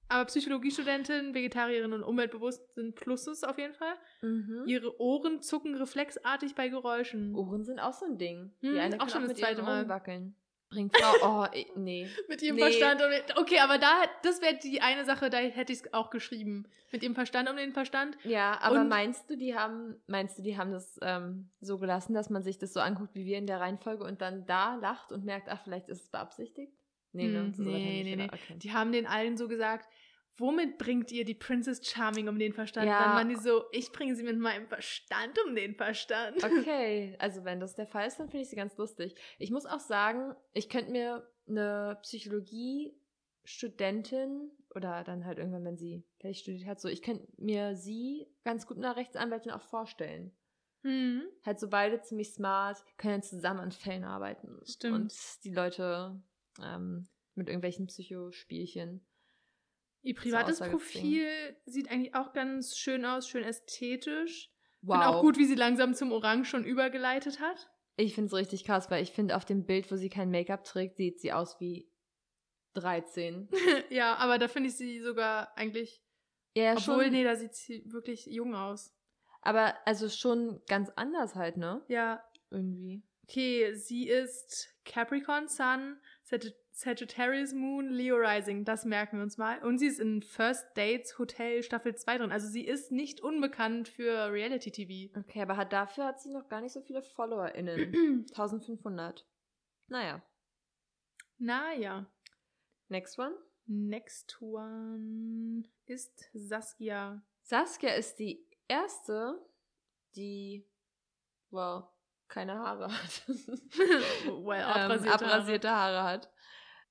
Aber Psychologiestudentin, Vegetarierin und umweltbewusst sind Pluses auf jeden Fall.
Mhm. Oh,
Ihre Ohren zucken reflexartig bei Geräuschen.
Ohren sind auch so ein Ding. Die
Hm,
eine
auch schon
kann Mhm, auch
das
mit ihren
zweite
Ohren
Mal.
wackeln. Bringt Frau. Oh, eh, nee.
Mit ihrem
Nee.
Verstand um den, Okay, aber da, das wäre die eine Sache, da hätte ich es auch geschrieben. Mit ihrem Verstand um den Verstand.
Ja, aber
Und-
meinst du, die haben, meinst du, die haben das ähm, so gelassen, dass man sich das so anguckt wie wir in der Reihenfolge und dann da lacht und merkt, ach, vielleicht ist es beabsichtigt? ne?
Hm,
So weit
nee,
haben die
nee,
nicht
nee.
gedacht. Okay.
Die haben den allen so gesagt, womit bringt ihr die Princess Charming um den Verstand?
Ja.
Dann waren die so, ich bringe sie mit meinem Verstand um den Verstand.
Okay, also wenn das der Fall ist, dann finde ich sie ganz lustig. Ich muss auch sagen, ich könnte mir eine Psychologie-Studentin oder dann halt irgendwann, wenn sie fertig studiert hat, so, ich könnte mir sie ganz gut mit einer Rechtsanwältin auch vorstellen.
Hm.
Halt so beide ziemlich smart, können zusammen an Fällen arbeiten.
Stimmt.
Und die Leute ähm, mit irgendwelchen Psychospielchen.
Ihr privates
Aussage des Ding.
Profil sieht eigentlich auch ganz schön aus, schön ästhetisch. Wow.
Wow.
Finde auch gut, wie sie langsam zum Orange schon übergeleitet hat.
Ich finde es richtig krass, weil ich finde, auf dem Bild, wo sie kein Make-up trägt, sieht sie aus wie 13.
ja, aber da finde ich sie sogar eigentlich.
Ja, ja,
obwohl, nee, da sieht sie wirklich jung aus.
Aber also schon ganz anders halt, ne?
Ja,
Irgendwie.
okay, sie ist Capricorn Sun, Sag- Sagittarius Moon, Leo Rising. Das merken wir uns mal. Und sie ist in First Dates Hotel Staffel 2 drin. Also sie ist nicht unbekannt für Reality TV.
Okay, aber hat, dafür hat sie noch gar nicht so viele FollowerInnen. 1500. Naja.
naja.
Next one.
Next one ist Saskia.
Saskia ist die erste, die, well, keine Haare hat.
well, abrasierte
ähm,
Haare.
abrasierte Haare. hat.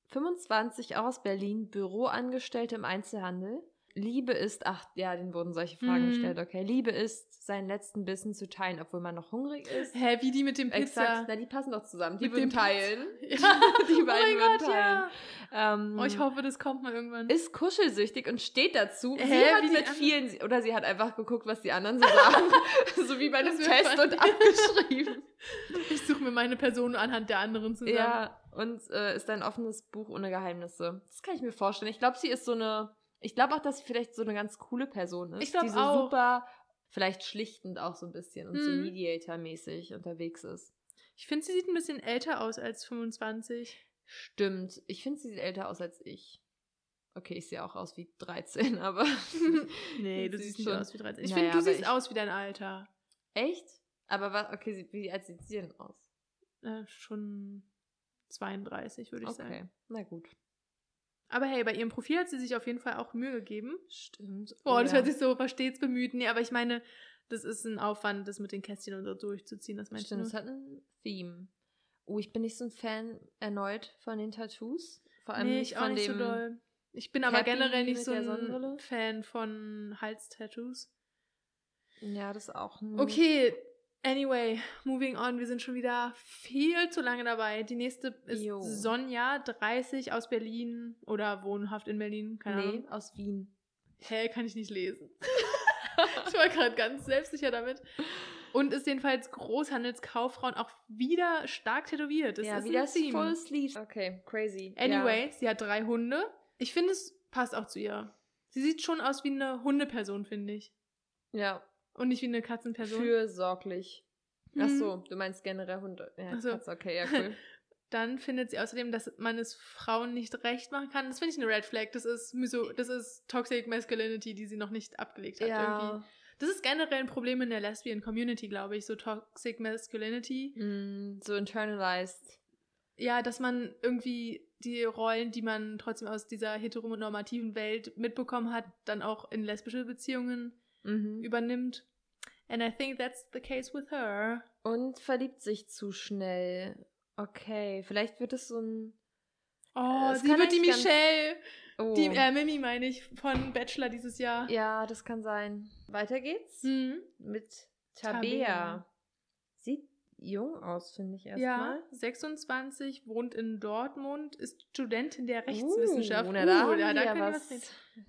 25 aus Berlin, Büroangestellte im Einzelhandel. Liebe ist, ach ja, denen wurden solche Fragen
Mhm.
gestellt, okay. Liebe ist, seinen letzten Bissen zu teilen, obwohl man noch hungrig ist.
Hä, wie die mit dem Pizza.
Exakt, na, die passen doch zusammen. Die
Mit dem
würden teilen.
Ja.
Die
oh mein
beiden würden
Gott,
teilen.
ja.
Ähm,
Oh, ich hoffe, das kommt mal irgendwann.
Ist kuschelsüchtig und steht dazu. Sie
Hä,
hat
wie die
mit
anderen-
vielen, oder sie hat einfach geguckt, was die anderen so sagen. so wie bei einem
Das wird
Test
funny.
und abgeschrieben.
Ich suche mir meine Person anhand der anderen zusammen.
ja, und äh, ist ein offenes Buch ohne Geheimnisse. Das kann ich mir vorstellen. Ich glaube, sie ist so eine, ich glaube auch, dass sie vielleicht so eine ganz coole Person ist.
Ich glaub
die so
auch.
super, vielleicht schlichtend auch so ein bisschen und so
Mhm.
Mediator-mäßig unterwegs ist.
Ich finde, sie sieht ein bisschen älter aus als 25.
Stimmt. Ich finde, sie sieht älter aus als ich. Okay, ich sehe auch aus wie 13, aber.
Nee, du
Sie
siehst
ist
nicht
schon-
aus wie 13. Ich
Naja,
finde, du
aber
siehst
ich-
aus wie dein Alter.
Echt? Aber was? Okay, sie- wie alt sieht sie denn aus?
Äh, schon 32, würde ich sagen.
Okay, na gut.
Aber hey, bei ihrem Profil hat sie sich auf jeden Fall auch Mühe gegeben.
Stimmt.
Boah, das hört sich so verstets bemüht. Nee, aber ich meine, das ist ein Aufwand, das mit den Kästchen und so durchzuziehen. Das meinst
Stimmt,
du? ne?
es hat ein Theme. Oh, ich bin nicht so ein Fan erneut von den Tattoos. Vor allem
Nee,
nicht
ich auch
von
nicht so
dem.
doll. Ich bin aber
Cappy
generell nicht
mit
so
der
ein
Sonnenbrille?
Fan von Hals-Tattoos.
ja, das auch nicht.
Okay, anyway, moving on. Wir sind schon wieder viel zu lange dabei. Die nächste ist
Jo.
Sonja, 30, aus Berlin oder wohnhaft in Berlin. Keine
nee,
Ahnung.
aus Wien.
Hä, kann ich nicht lesen. ich war gerade ganz selbstsicher damit. Und ist jedenfalls Großhandelskauffrau und auch wieder stark tätowiert. Das
ja,
ist
wie
ein
das
Theme.
Full Sleeves. Okay, crazy.
Anyway, sie hat drei Hunde. Ich finde, es passt auch zu ihr. Sie sieht schon aus wie eine Hundeperson, finde ich.
Ja,
Und nicht wie eine
ja
Katzenperson.
fürsorglich. Ach
Mhm.
so, du meinst generell Hunde. Ja,
Ach so.
Katze, okay, ja, cool.
Dann findet sie außerdem, dass man es Frauen nicht recht machen kann. Das finde ich eine Red Flag. Das ist, Miso das ist Toxic Masculinity, die sie noch nicht abgelegt hat. Irgendwie. Das ist generell ein Problem in der Lesbian Community, glaube ich. So Toxic Masculinity.
Mm, so internalized.
Ja, dass man irgendwie die Rollen, die man trotzdem aus dieser heteronormativen Welt mitbekommen hat, dann auch in lesbische Beziehungen
Mhm.
übernimmt. And I think that's the case with her.
Und verliebt sich zu schnell. Okay, vielleicht wird es so ein.
Oh,
das
sie
kann
wird die
eigentlich ganz-
Michelle,
Oh.
die äh, Mimi meine ich, von Bachelor dieses Jahr.
ja, das kann sein. Weiter geht's
Mhm.
mit
Tabea.
Tabea. Sieht jung aus, finde ich
Ja,
erstmal.
26, wohnt in Dortmund, ist Studentin der
Uh,
Rechtswissenschaft.
na, da
Uh,
haben
ja,
wir
da
ja
können wir
was.
sehen.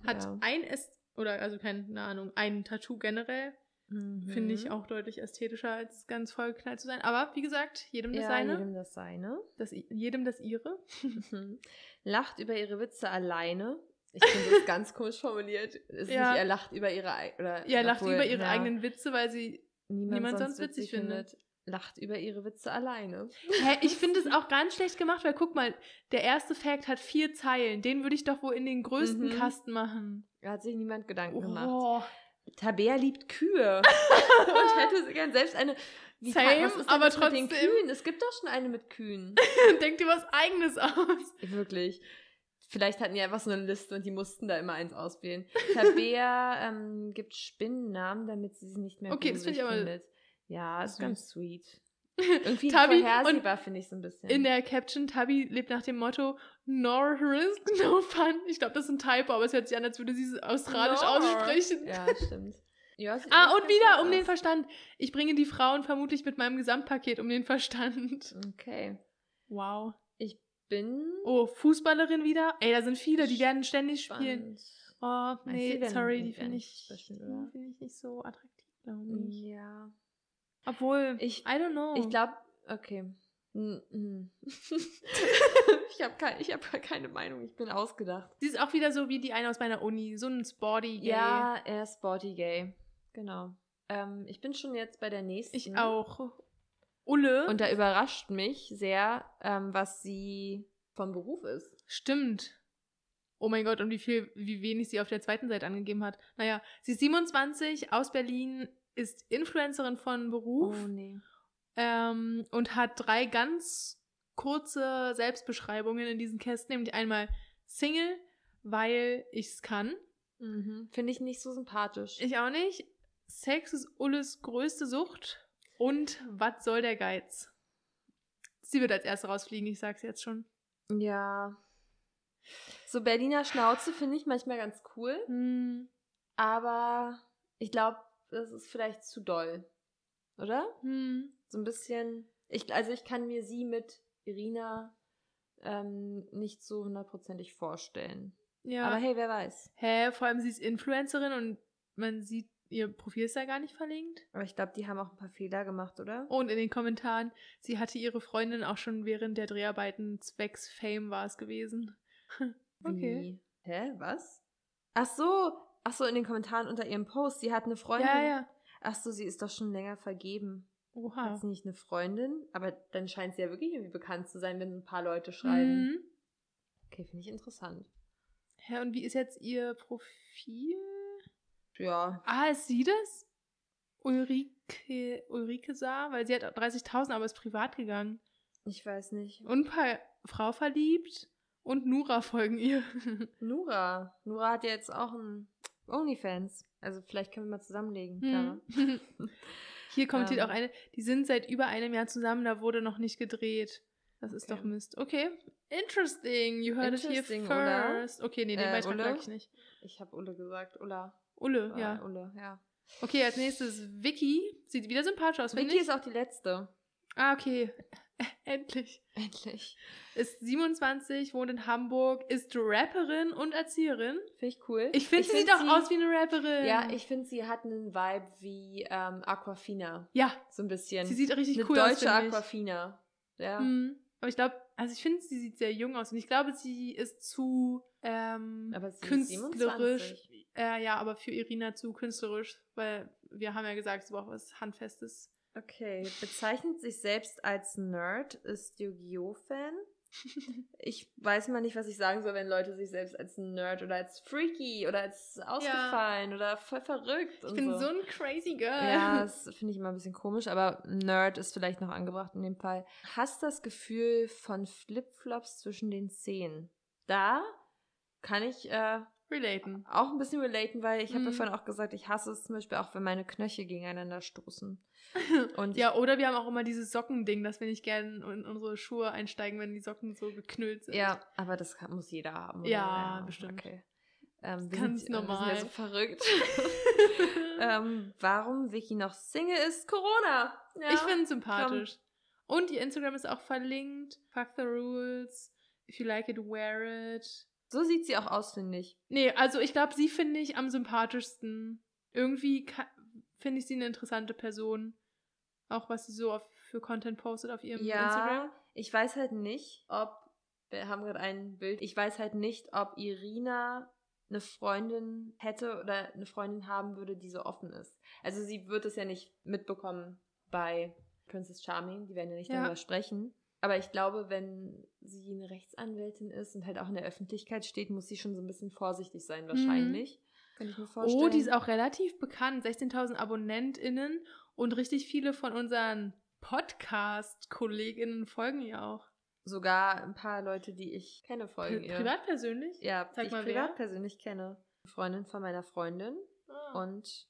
Hat
Ja.
ein S oder also keine Ahnung, ein Tattoo generell,
Mhm.
finde ich auch deutlich ästhetischer als ganz vollknallt zu sein, aber wie gesagt, jedem das
ja,
seine, jedem.
jedem das seine.
Das, i- jedem das ihre.
Mhm. Lacht über ihre Witze alleine. Ich finde das ganz komisch formuliert. Es Ist
Ja.
nicht, er lacht über ihre ei- oder
Ja, lacht
obwohl,
über ihre
ja,
eigenen Witze, weil sie
niemand, sonst witzig findet. lacht über ihre Witze alleine.
Hä, ich finde es auch ganz schlecht gemacht, weil guck mal, der erste Fact hat vier Zeilen. Den würde ich doch wohl in den größten
Mhm.
Kasten machen.
Da hat sich niemand Gedanken gemacht.
Oh,
Tabea liebt Kühe und hätte sie gern selbst eine. kann-
Same,
was ist denn
aber
das Mit den
trotzdem.
Kühen? Es gibt doch schon eine mit Kühen.
denk dir was Eigenes aus.
Wirklich. Vielleicht hatten die einfach so eine Liste und die mussten da immer eins auswählen. Tabea ähm, gibt Spinnennamen, damit sie sie nicht mehr
Okay, das find
gruselig
ich aber
findet. Ja, ist
süß.
ganz sweet. Irgendwie
Tabi-
vorhersehbar, finde ich so ein bisschen.
In der Caption, Tabby lebt nach dem Motto Nor risk, no fun. Ich glaube, das ist ein Typo, aber es hört sich an, als würde sie es australisch
Nor.
aussprechen.
Ja, stimmt. Ja, sieht
Ah,
echt
und
ganz
wieder
gut
um den
aus.
Verstand. Ich bringe die Frauen vermutlich mit meinem Gesamtpaket um den Verstand.
Okay.
Wow.
Ich bin.
Oh, Fußballerin wieder? Ey, da sind viele, die werden ständig spielen.
spannend.
Oh,
du,
nee,
die werden-
sorry,
die
die
werden
finde ich,
nicht special, oder?
die finde ich nicht so attraktiv, glaube ich.
Ja.
Obwohl,
Ich-
I don't know.
Ich glaube, okay. N- hm. n- ich habe kein, ich hab gar keine Meinung, ich bin ausgedacht.
sie ist auch wieder so wie die eine aus meiner Uni, so ein sporty Gay.
Ja, er ist sporty gay. Genau. Ähm, ich bin schon jetzt bei der nächsten.
Ich auch. Ulle.
Mhm. Und da überrascht mich sehr, ähm, was sie vom Beruf ist.
Stimmt. Oh mein Gott, und wie viel, wie wenig sie auf der zweiten Seite angegeben hat. Naja, sie ist 27, aus Berlin, ist Influencerin von Beruf
Oh, nee.
ähm, und hat drei ganz kurze Selbstbeschreibungen in diesen Kästen, nämlich einmal Single, weil ich's kann.
Mhm. Finde ich nicht so sympathisch.
Ich auch nicht. Sex ist Ulles größte Sucht. Und was soll der Geiz? Sie wird als erste rausfliegen, ich sag's jetzt schon.
ja. So Berliner Schnauze finde ich manchmal ganz cool,
Hm.
aber ich glaube, das ist vielleicht zu doll. Oder?
Hm.
so ein bisschen. Ich, also ich kann mir sie mit Irina ähm, nicht so hundertprozentig vorstellen.
Ja.
Aber hey, wer weiß.
Hä, vor allem sie ist Influencerin und man sieht, ihr Profil ist da gar nicht verlinkt.
Aber ich glaube, die haben auch ein paar Fehler gemacht, oder?
Und in den Kommentaren, sie hatte ihre Freundin auch schon während der Dreharbeiten zwecks Fame war es gewesen. okay.
Wie? Hä? Was? Ach so. Ach so, in den Kommentaren unter ihrem Post. Sie hat eine Freundin.
Ja, Ah. ja.
Ach so, sie ist doch schon länger vergeben. Hat
Oha. Mhm.
sie nicht eine Freundin? Aber dann scheint sie ja wirklich irgendwie bekannt zu sein, wenn so ein paar Leute schreiben.
Mhm.
Okay, finde ich interessant.
Hä, und wie ist jetzt ihr Profil?
Ja.
Ah, ist sie das? Ulrike, Ulrike sah, weil sie hat 30.000, aber ist privat gegangen.
Ich weiß nicht.
Und paar Frau verliebt und Nura folgen ihr.
Nura. Nura hat ja jetzt auch ein OnlyFans. Also vielleicht können wir mal zusammenlegen. Clara.
Hm. Hier kommentiert
Ähm.
auch eine, die sind seit über einem Jahr zusammen, da wurde noch nicht gedreht. Das ist
Okay.
doch Mist. Okay. Interesting. You heard
Interesting,
it
oder?
here first. Okay, nee, den
Äh,
Beitrag
Ulle?
lag ich nicht.
Ich habe Ulle gesagt. Ulla.
Ulle,
War
ja.
Ulle, ja.
Okay, als nächstes Vicky. Sieht wieder sympathisch aus, finde
Vicky
ich.
ist auch die letzte.
Ah, okay. Endlich.
Endlich.
Ist 27, wohnt in Hamburg, ist Rapperin und Erzieherin.
Finde ich cool.
Ich finde, sie sieht auch aus wie eine Rapperin.
Ja, ich finde, sie hat einen Vibe wie ähm, Aquafina.
Ja,
So ein bisschen.
sie sieht richtig
Eine
cool aus.
deutsche
finde ich.
Aquafina. Ja.
Hm. Aber ich glaube, also ich finde, sie sieht sehr jung aus und ich glaube, sie ist zu ähm,
Aber sie
künstlerisch.
Ist 27.
Äh, ja, aber für Irina zu künstlerisch, weil wir haben ja gesagt, sie braucht was Handfestes.
Okay. Bezeichnet sich selbst als Nerd, ist Yu-Gi-Oh!-Fan. Ich weiß mal nicht, was ich sagen soll, wenn Leute sich selbst als Nerd oder als Freaky oder als ausgefallen oder voll verrückt
Ich
und
bin
so.
so ein crazy girl.
Ja, das finde ich immer ein bisschen komisch, aber Nerd ist vielleicht noch angebracht in dem Fall. Hast das Gefühl von Flipflops zwischen den Zehen? Da kann ich äh,
Relaten.
auch ein bisschen relaten, weil ich habe ja
Mhm.
vorhin auch gesagt, ich hasse es zum Beispiel auch, wenn meine Knöchel gegeneinander stoßen. Und
Ja, oder wir haben auch immer dieses Sockending, dass wir nicht gerne in unsere Schuhe einsteigen, wenn die Socken so geknüllt sind.
ja, aber das kann, muss jeder haben.
Ja, bestimmt.
Okay. Ähm, wir
Ganz
sind, Wir
normal.
sind ja so verrückt. ähm, warum Vicky noch Single ist? Corona. Ja.
Ich finde sympathisch. Und ihr Instagram ist auch verlinkt. Fuck the rules. If you like it, wear it.
so sieht sie auch aus, finde ich.
Nee, also ich glaube, sie finde ich am sympathischsten. Irgendwie ka- finde ich sie eine interessante Person. Auch was sie so auf, für Content postet auf ihrem
ja,
Instagram.
ich weiß halt nicht, ob wir haben gerade ein Bild. Ich weiß halt nicht, ob Irina eine Freundin hätte oder eine Freundin haben würde, die so offen ist. Also sie wird es ja nicht mitbekommen bei Princess Charming, die werden ja nicht
Ja.
darüber sprechen. Aber ich glaube, wenn sie eine Rechtsanwältin ist und halt auch in der Öffentlichkeit steht, muss sie schon so ein bisschen vorsichtig sein, wahrscheinlich. Mhm. Kann ich mir vorstellen.
Oh, die ist auch relativ bekannt. 16.000 AbonnentInnen und richtig viele von unseren Podcast-KollegInnen folgen ihr auch.
Sogar ein paar Leute, die ich kenne, folgen
Pri-
ihr.
Privat persönlich?
Ja,
Sag
die ich
mal,
privat
wer?
persönlich kenne. Eine Freundin von meiner Freundin
Ah.
und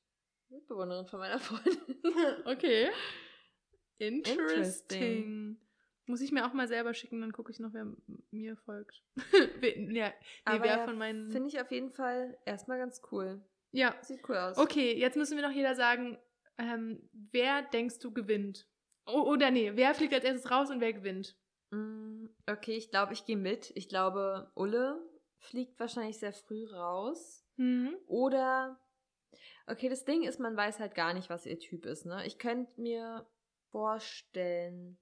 Mitbewohnerin von meiner Freundin.
Okay.
Interesting.
Interesting. Muss ich mir auch mal selber schicken, dann gucke ich noch, wer m- mir folgt. Wer- ja, nee,
Aber
wer
ja,
von meinen.
Finde ich auf jeden Fall erstmal ganz cool.
ja.
Sieht cool aus.
Okay, jetzt müssen wir noch jeder sagen, ähm, wer denkst du gewinnt? O oder nee, wer fliegt als erstes raus und wer gewinnt?
Mm, Okay, ich glaube, ich gehe mit. Ich glaube, Ulle fliegt wahrscheinlich sehr früh raus.
Mhm.
Oder. Okay, das Ding ist, man weiß halt gar nicht, was ihr Typ ist, ne? Ich könnte mir vorstellen,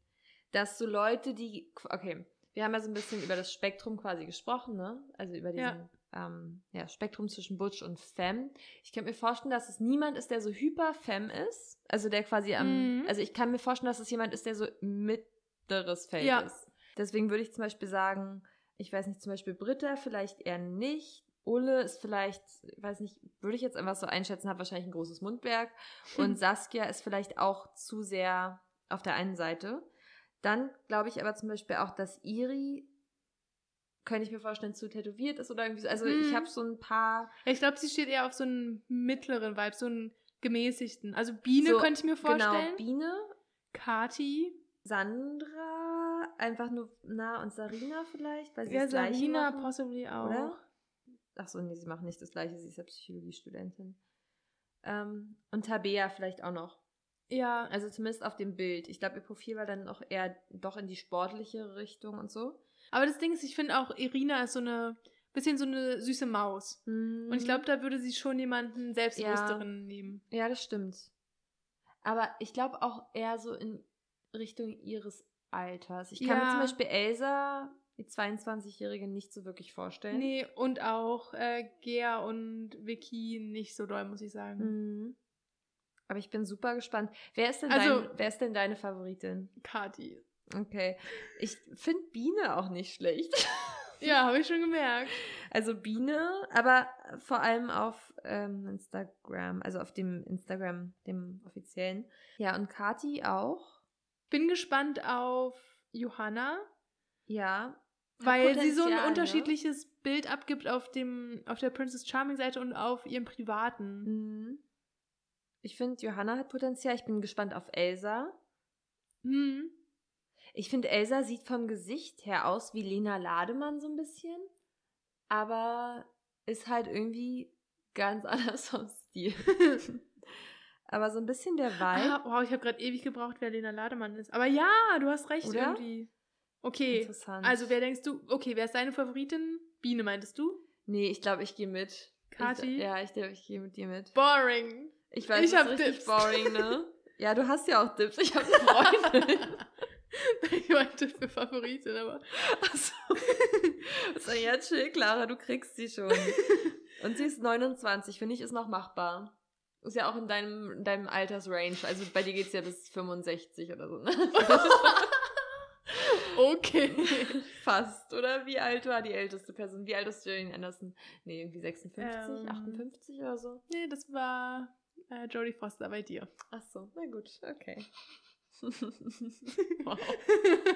dass so Leute, die. Okay, wir haben ja so ein bisschen über das Spektrum quasi gesprochen, ne? Also über diesen.
Ja.
Ähm, ja, Spektrum zwischen Butch und Femme. Ich könnte mir vorstellen, dass es niemand ist, der so hyper Femme ist. Also der quasi am.
Mhm.
Also ich kann mir vorstellen, dass es jemand ist, der so mittleres Feld
Ja.
ist. Deswegen würde ich zum Beispiel sagen, ich weiß nicht, zum Beispiel Britta vielleicht eher nicht. Ulle ist vielleicht, ich weiß nicht, würde ich jetzt einfach so einschätzen, hat wahrscheinlich ein großes Mundwerk. Und Saskia ist vielleicht auch zu sehr auf der einen Seite. Dann glaube ich aber zum Beispiel auch, dass Iri, könnte ich mir vorstellen, zu tätowiert ist oder irgendwie so. Also ich
Mhm.
habe so ein paar.
Ja, Ich glaube, sie steht eher auf so einen mittleren Vibe, so einen gemäßigten. Also Biene
So,
könnte ich mir
Genau,
vorstellen.
Biene,
Kati.
Sandra, einfach nur, na, und Sarina vielleicht, weil sie
Ja,
Also das Gleiche
Sarina
machen.
possibly auch.
oder? Genau. Ach so, nee, sie machen nicht das gleiche, sie ist ja Psychologiestudentin. Ähm, und Tabea vielleicht auch noch.
Ja,
Also zumindest auf dem Bild. Ich glaube, ihr Profil war dann auch eher doch in die sportliche Richtung und so.
aber das Ding ist, ich finde auch, Irina ist so eine, bisschen so eine süße Maus. Und ich glaube, da würde sie schon jemanden selbstbewussteren nehmen.
Mhm. Ja, das stimmt. Aber ich glaube auch eher so in Richtung ihres Alters. Ich kann mir
Ja.
zum Beispiel Elsa, die 22-Jährige, nicht so wirklich vorstellen.
Nee, und auch äh, Gea und Vicky nicht so doll, muss ich sagen.
Mhm. Aber ich bin super gespannt. Wer ist denn,
Also-
dein, wer ist denn deine Favoritin?
Kati.
Okay. Ich finde Biene auch nicht schlecht.
Ja, habe ich schon gemerkt.
Also Biene, aber vor allem auf ähm, Instagram, also auf dem Instagram, dem offiziellen. Ja, und Kati auch.
Bin gespannt auf Johanna,
Ja. Hat
weil sie so
Potenzial,
ein
ne?
unterschiedliches Bild abgibt auf dem auf der Princess Charming Seite und auf ihrem privaten.
Mhm. Ich finde, Johanna hat Potenzial. Ich bin gespannt auf Elsa.
Hm.
Ich finde, Elsa sieht vom Gesicht her aus wie Lena Lademann so ein bisschen, aber ist halt irgendwie ganz anders vom Stil. aber so ein bisschen der Vibe.
Ah, wow, ich habe gerade ewig gebraucht, wer Lena Lademann ist. Aber ja, du hast recht
Oder?
irgendwie. Okay,
Interessant.
also wer denkst du? Okay, wer ist deine Favoritin? Biene meintest du?
Nee, ich glaube, ich gehe mit.
Kathi?
Ich, ja, ich glaube, ich gehe mit dir mit.
Boring.
Ich weiß,
ich
das ist
hab
richtig
Dips.
boring, ne? Ja, du hast ja auch Dips. Ich habe eine Freundin.
ich meinte für Favoritin, aber
Achso. So, ja, chill, Clara, du kriegst sie schon. Und sie ist 29, finde ich, ist noch machbar. Ist ja auch in deinem, in deinem Altersrange. Also bei dir geht's ja bis 65 oder so, ne?
okay.
Fast. Oder wie alt war die älteste Person? Wie alt ist Jillian Anderson? Nee, irgendwie 56,
Ähm.
58 oder so.
nee, das war äh, Jodie Foster bei dir.
Ach so, na gut, okay.
Wow.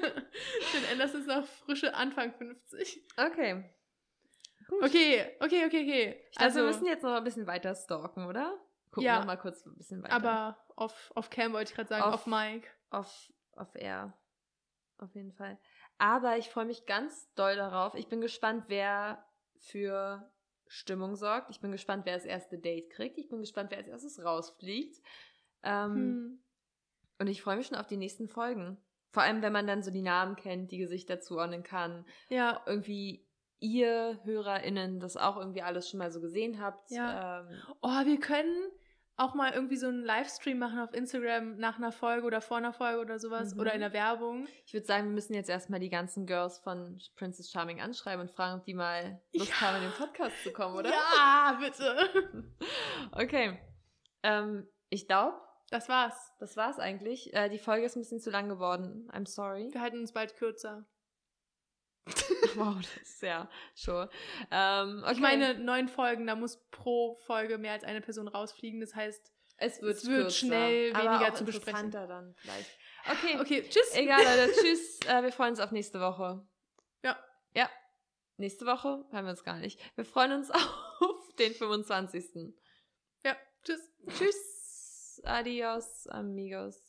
Denn Anders ist noch frische Anfang 50.
Okay. Gut.
Okay, okay, okay, okay. Also,
Ich glaube, wir müssen jetzt noch ein bisschen weiter stalken, oder? Gucken
Ja.
wir mal kurz ein bisschen weiter.
aber auf, auf Cam wollte ich gerade sagen,
Auf-
auf, Mike.
auf, auf Air. Auf jeden Fall. Aber ich freue mich ganz doll darauf. Ich bin gespannt, wer für Stimmung sorgt. Ich bin gespannt, wer das erste Date kriegt. Ich bin gespannt, wer als erstes rausfliegt. Ähm,
Hm.
Und ich freue mich schon auf die nächsten Folgen. Vor allem, wenn man dann so die Namen kennt, die Gesichter zuordnen kann.
Ja,
Irgendwie ihr HörerInnen das auch irgendwie alles schon mal so gesehen habt.
Ja.
Ähm,
oh, wir können auch mal irgendwie so einen Livestream machen auf Instagram nach einer Folge oder vor einer Folge oder sowas
Mhm.
oder in der Werbung.
Ich würde sagen, wir müssen jetzt erstmal die ganzen Girls von Princess Charming anschreiben und fragen, ob die mal Lust
Ja.
haben, in den Podcast zu kommen, oder?
Ja, bitte.
Okay. Ähm, ich glaube,
das war's.
Das war's eigentlich. Äh, die Folge ist ein bisschen zu lang geworden. I'm sorry.
Wir halten uns bald kürzer.
wow, das ist ja sure. Ähm, okay.
Ich meine, neun Folgen, da muss pro Folge mehr als eine Person rausfliegen. Das heißt,
es wird,
es wird
kürzer,
schnell
aber
weniger
auch
zu besprechen.
interessanter dann vielleicht. Okay,
okay, tschüss.
egal, Leute. Tschüss. Äh, wir freuen uns auf nächste Woche.
Ja.
Ja. Nächste Woche haben wir uns gar nicht. Wir freuen uns auf den 25.
Ja, tschüss.
Tschüss. Adios, amigos.